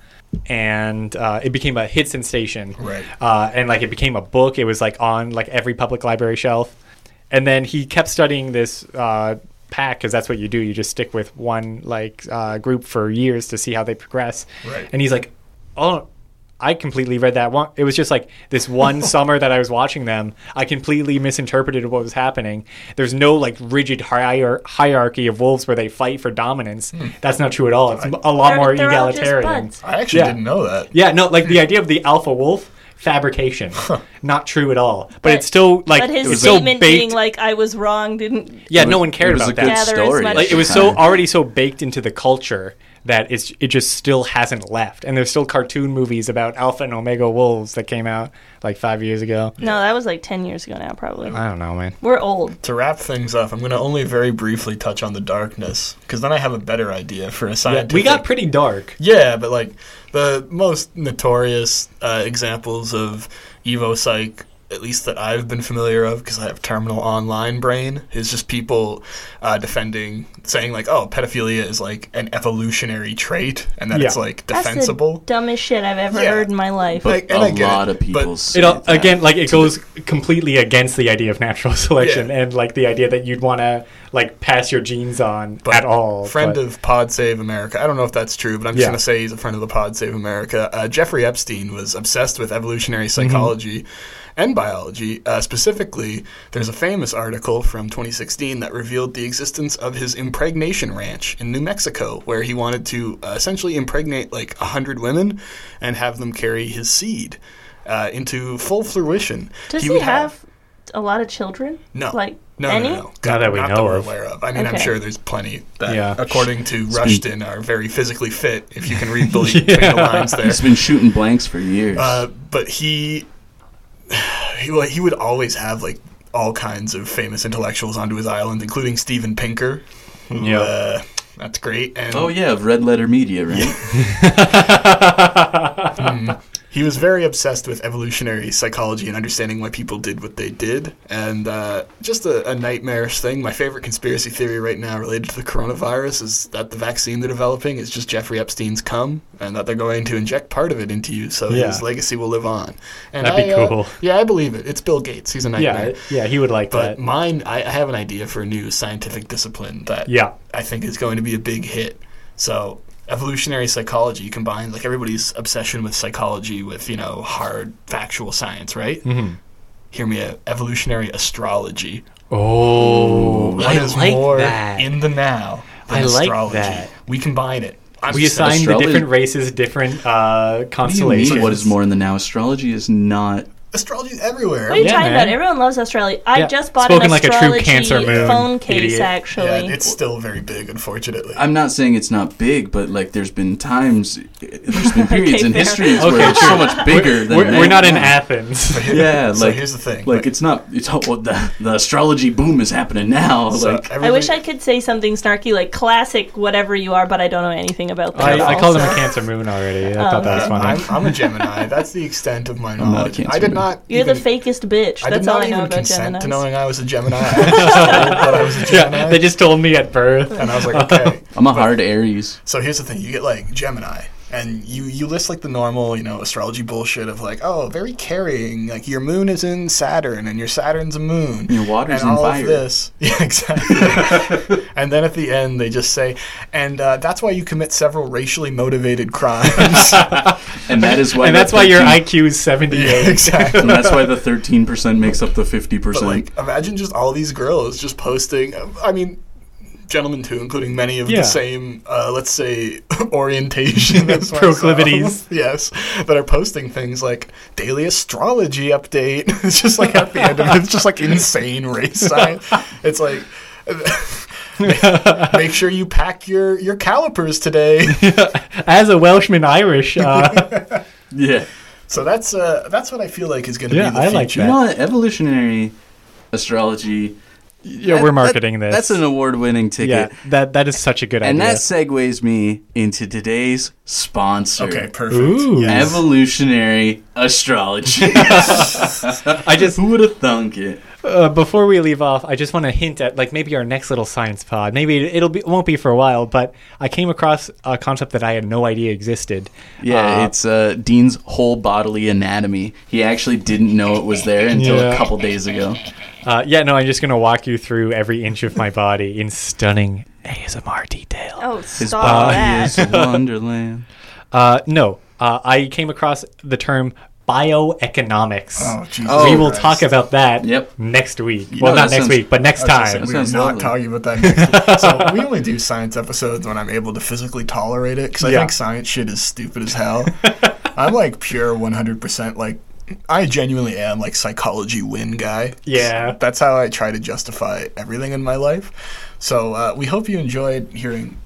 S2: and uh, it became a hit sensation.
S1: Right.
S2: Uh, and like it became a book. It was like on like every public library shelf. And then he kept studying this uh, pack because that's what you do. You just stick with one like uh, group for years to see how they progress.
S1: Right.
S2: And he's like, oh. I completely read that one. It was just like this one summer that I was watching them. I completely misinterpreted what was happening. There's no like rigid hier- hierarchy of wolves where they fight for dominance. That's not true at all. It's m- a lot
S3: They're-
S2: more
S3: they're all just
S2: egalitarian.
S3: buds.
S1: I actually
S2: Yeah.
S1: didn't know that.
S2: Yeah, no,
S4: Hmm.
S2: like the idea of the alpha wolf
S4: [LAUGHS]
S2: fabrication, not true at all. But, it's still like
S3: But his
S2: it's still
S3: statement
S2: baked.
S3: being like, I was wrong, didn't.
S2: yeah,
S4: It
S2: no
S4: was-
S2: one cared
S4: it was
S2: about
S4: a
S2: that.
S4: Good
S3: Gather as
S4: story.
S3: much-
S2: like it was
S4: at
S2: so
S4: the time.
S2: already so baked into the culture that it's it just still hasn't left. And there's still cartoon movies about alpha and omega wolves that came out like five years ago.
S3: No, that was like 10 years ago now, probably.
S2: I don't know, man.
S3: We're old.
S1: To wrap things up, I'm going to only very briefly touch on the darkness because then I have a better idea for a scientific.
S2: we got pretty dark.
S1: [LAUGHS] Yeah, but like the most notorious uh, examples of Evo Psych, at least that I've been familiar of, because I have terminal online brain, is just people uh, defending, saying like, "Oh, pedophilia is like an evolutionary trait, and that it's
S2: Yeah.
S1: like
S3: That's
S1: defensible."
S3: the dumbest shit I've ever
S1: Yeah.
S3: heard in my life.
S1: But-
S4: But
S1: Like, and I
S4: a
S1: get
S4: lot
S1: it,
S4: of people
S1: but-
S4: say
S2: It all,
S4: that.
S2: again, like it goes completely against the idea of natural [LAUGHS] selection
S1: Yeah.
S2: and like the idea that you'd want to like pass your genes on at all.
S1: Friend
S2: but-
S1: of Pod Save America. I don't know if that's true, but I'm just
S2: Yeah.
S1: going to say he's a friend of the Pod Save America. Uh, Jeffrey Epstein was obsessed with evolutionary
S2: Mm-hmm.
S1: psychology and biology. Uh, specifically, there's a famous article from 2016 that revealed the existence of his impregnation ranch in New Mexico, where he wanted to uh, essentially impregnate like 100 women and have them carry his seed. Uh, into full fruition.
S3: Does
S1: He
S3: he,
S1: would
S3: have, a lot of children?
S1: no.
S3: Like,
S1: no,
S3: any?
S1: No, no, no.
S2: Not that we
S1: not
S2: know
S1: we're
S2: of.
S1: aware of. I mean, I'm
S3: Okay.
S1: sure there's plenty that,
S2: Yeah.
S1: according to Rushton, are very physically fit, if you can read
S2: [LAUGHS]
S1: the, between the lines there.
S4: He's been shooting blanks for years.
S1: Uh, but he, [SIGHS] he, well, he would always have, like, all kinds of famous intellectuals onto his island, including Steven Pinker. who,
S2: Yeah.
S1: Uh, that's great. And
S4: oh yeah, of Red Letter Media, right?
S1: he was very obsessed with evolutionary psychology and understanding why people did what they did. And uh, just a, a nightmarish thing. My favorite conspiracy theory right now related to the coronavirus is that the vaccine they're developing is just Jeffrey Epstein's cum and that they're going to inject part of it into you so
S2: Yeah.
S1: his legacy will live on. And
S2: That'd be
S1: I, uh,
S2: cool.
S1: yeah, I believe it. It's Bill Gates. He's a nightmare.
S2: yeah, yeah, he would like
S1: But
S2: that.
S1: mine, I, I have an idea for a new scientific discipline that
S2: Yeah.
S1: I think is going to be a big hit. So evolutionary psychology combined, like everybody's obsession with psychology with you know hard factual science, right? Mm-hmm. Hear me out. Evolutionary astrology.
S2: Oh,
S1: One is more in the now than
S2: I like
S1: astrology.
S2: that.
S1: We combine it. I'm
S2: we assign
S4: Astrology-
S2: the different races different uh,
S4: What do you mean,
S2: constellations.
S4: What is more in the now? Astrology is not.
S1: astrology everywhere.
S3: What are you
S2: Yeah,
S3: talking
S2: man.
S3: about? Everyone loves Australia. I
S2: Yeah.
S3: just bought
S2: Spoken
S3: an
S2: like a true
S3: astrology
S2: Cancer moon,
S3: phone case,
S2: idiot.
S3: actually.
S1: Yeah, it's still very big, unfortunately.
S4: I'm not saying it's not big, but like there's been times, there's been periods in
S3: fair.
S4: history
S2: Okay,
S4: where it's
S2: true.
S4: so much bigger than.
S2: We're, we're
S4: that
S2: not in
S4: now. [LAUGHS]
S2: Athens. [LAUGHS]
S4: Yeah, like
S1: [LAUGHS] So here's the thing.
S4: Like it's not. It's oh, well, the the astrology boom is happening now.
S1: So uh,
S4: like
S1: everybody-
S3: I wish I could say something snarky like classic whatever you are, but I don't know anything about that.
S2: I, I called him
S4: [LAUGHS]
S3: also.
S2: a Cancer moon already. I thought that was funny.
S1: Oh, I'm, I'm a Gemini. That's the extent of
S4: [LAUGHS]
S1: my
S4: a
S1: knowledge. I
S4: Cancer
S1: did
S4: man.
S1: not.
S3: You're
S1: even,
S3: the fakest bitch.
S1: I did
S3: That's
S1: not
S3: all I
S1: even
S3: know about
S1: consent
S3: Gemini.
S1: to knowing I was a
S4: [LAUGHS]
S1: Gemini. I just thought I was a Gemini.
S2: [LAUGHS] yeah, they just told me at birth.
S1: and I was
S4: [LAUGHS]
S1: like, okay.
S4: I'm a hard Aries.
S1: So here's the thing: you get like Gemini, and you you list like the normal, you know, astrology bullshit of like, oh, very carrying. Like your moon is in Saturn, and your Saturn's a moon.
S4: Your water's
S1: and
S4: in
S1: all
S4: fire.
S1: Of this, [LAUGHS] yeah,
S4: [LAUGHS]
S1: exactly. and then at the end, they just say, and uh, that's why you commit several racially motivated
S4: [LAUGHS]
S1: crimes. [LAUGHS]
S4: And that is why.
S2: And
S4: the
S2: that's why your
S4: 13
S2: IQ is
S4: [LAUGHS]
S2: 78.
S1: exactly.
S4: And that's why the thirteen percent makes up the fifty
S1: But
S4: percent.
S1: like, imagine just all these girls just posting. I mean, gentlemen too, including many of
S2: Yeah.
S1: the same, uh, let's
S2: [LAUGHS]
S1: say, [LAUGHS] orientation [LAUGHS] as myself.
S2: Proclivities.
S1: [LAUGHS] Yes, that are posting things like daily astrology update. [LAUGHS] it's just like at the end of it, it's
S2: [LAUGHS]
S1: just like insane race science. It's like. Make sure you pack your, your calipers
S2: [LAUGHS]
S1: today.
S2: As a Welshman Irish,
S4: [LAUGHS]
S2: uh,
S4: Yeah.
S1: so that's uh, that's what I feel like is going to
S2: Yeah,
S1: be the
S2: I
S1: future.
S2: like
S4: You know what? Evolutionary astrology.
S2: yeah, we're
S4: that-
S2: marketing
S4: that-
S2: this.
S4: That's an award winning ticket.
S2: yeah, that that is such a good
S4: And
S2: idea.
S4: that segues me into today's sponsor.
S1: Okay, perfect.
S2: Ooh.
S1: Yes.
S4: Evolutionary
S1: [LAUGHS]
S4: astrology. I just who would have thunk it?
S2: uh, before we leave off, I just want to hint at like maybe our next little science pod. Maybe it- it'll be it won't be for a while, but I came across a concept that I had no idea existed.
S4: Yeah,
S2: Uh,
S4: it's uh, Dean's whole bodily anatomy. He actually didn't know it was there until
S2: Yeah.
S4: a couple days ago.
S2: uh, yeah. No, I'm just gonna walk you through every inch
S3: [LAUGHS]
S2: of my body in stunning ASMR detail.
S3: Oh,
S4: His
S3: stop
S4: body
S3: that.
S2: [LAUGHS]
S4: is a wonderland.
S2: Uh, no, uh, I came across the term bioeconomics.
S1: Oh, Jesus
S2: we will
S1: Christ.
S2: talk about that
S4: Yep.
S2: next week. well,
S4: know,
S2: not next
S4: that sounds-
S2: week, but
S1: I
S2: next
S1: was
S2: time.
S1: gonna say,
S4: That sounds
S1: we are not
S4: lovely.
S1: talking about
S2: [LAUGHS]
S1: that. Next week. so we only do science episodes when I'm able to physically tolerate it because I
S2: Yeah.
S1: think science shit is stupid as hell. I'm like pure 100 percent like. I genuinely am like psychology win guy.
S2: Yeah.
S1: that's how I try to justify everything in my life. So uh, we hope you enjoyed hearing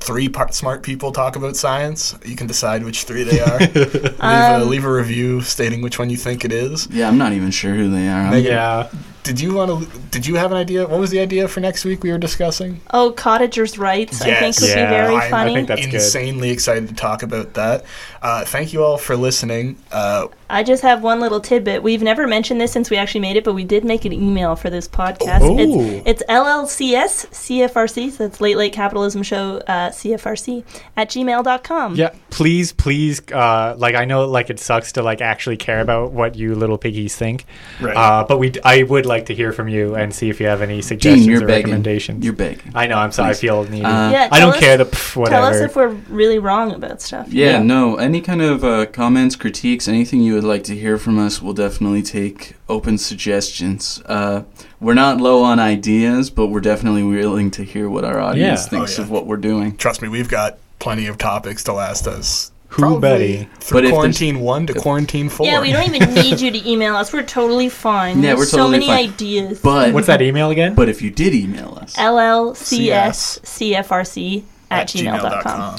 S1: three part smart people talk about science. You can decide which three they
S2: [LAUGHS]
S1: are. leave, a, leave a review stating which one you think it is.
S4: Yeah, I'm not even sure who they are. I'm-
S2: yeah.
S1: Did you want to? Did you have an idea? What was the idea for next week? We were discussing.
S3: Oh, cottagers' rights. I think
S1: Yes.
S3: would
S2: Yeah,
S3: be very
S1: I- I
S3: funny. I,
S2: think that- That's good.
S1: insanely excited to talk about that. Uh, thank you all for listening. Uh,
S3: just have one little tidbit. We've never mentioned this since we actually made it, but we did make an email for this podcast.
S2: Ooh.
S3: It's, it's LLCS CFRC. So that's Late Late Capitalism Show uh, CFRC at gmail.com.
S2: Yeah, please, please, uh, like I know, like it sucks to like actually care about what you little piggies think,
S1: Right.
S2: uh, but we, I would like to hear from you and see if you have any suggestions
S4: Dean, you're
S2: or
S4: begging.
S2: recommendations.
S4: You're begging.
S2: I know. I'm sorry. I
S4: Please.
S2: feel needy.
S4: Uh,
S3: Yeah,
S2: I
S3: tell
S2: don't
S3: us-
S2: care. The pff, whatever.
S3: Tell us if we're really wrong about stuff.
S4: Yeah,
S2: Yeah.
S4: no. Any kind of uh, comments, critiques, anything you would like to hear from us, we'll definitely take open suggestions. Uh, we're not low on ideas, but we're definitely willing to hear what our audience
S2: Yeah.
S4: thinks
S1: Oh, yeah.
S4: of what we're doing.
S1: trust me, we've got plenty of topics to last us.
S2: Who
S1: probably
S2: buddy?
S1: Through
S4: But if
S1: quarantine one to quarantine four.
S3: Yeah, we don't
S2: [LAUGHS]
S3: even need you to email us. We're totally fine.
S4: Yeah, we're
S3: There's so
S4: totally
S3: many
S4: fine.
S3: ideas.
S4: But
S2: What's that email again?
S4: But if you did email us,
S3: Uh, LLCS CFRC at gmail.com.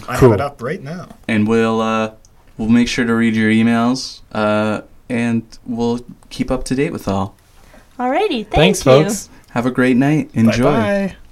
S1: I
S2: Cool.
S1: have it up right now.
S4: and we'll uh, we'll make sure to read your emails, uh, and we'll keep up to date with all.
S3: Alrighty, thank
S2: Thanks,
S3: you.
S2: folks.
S4: Have a great night. Enjoy.
S1: Bye bye.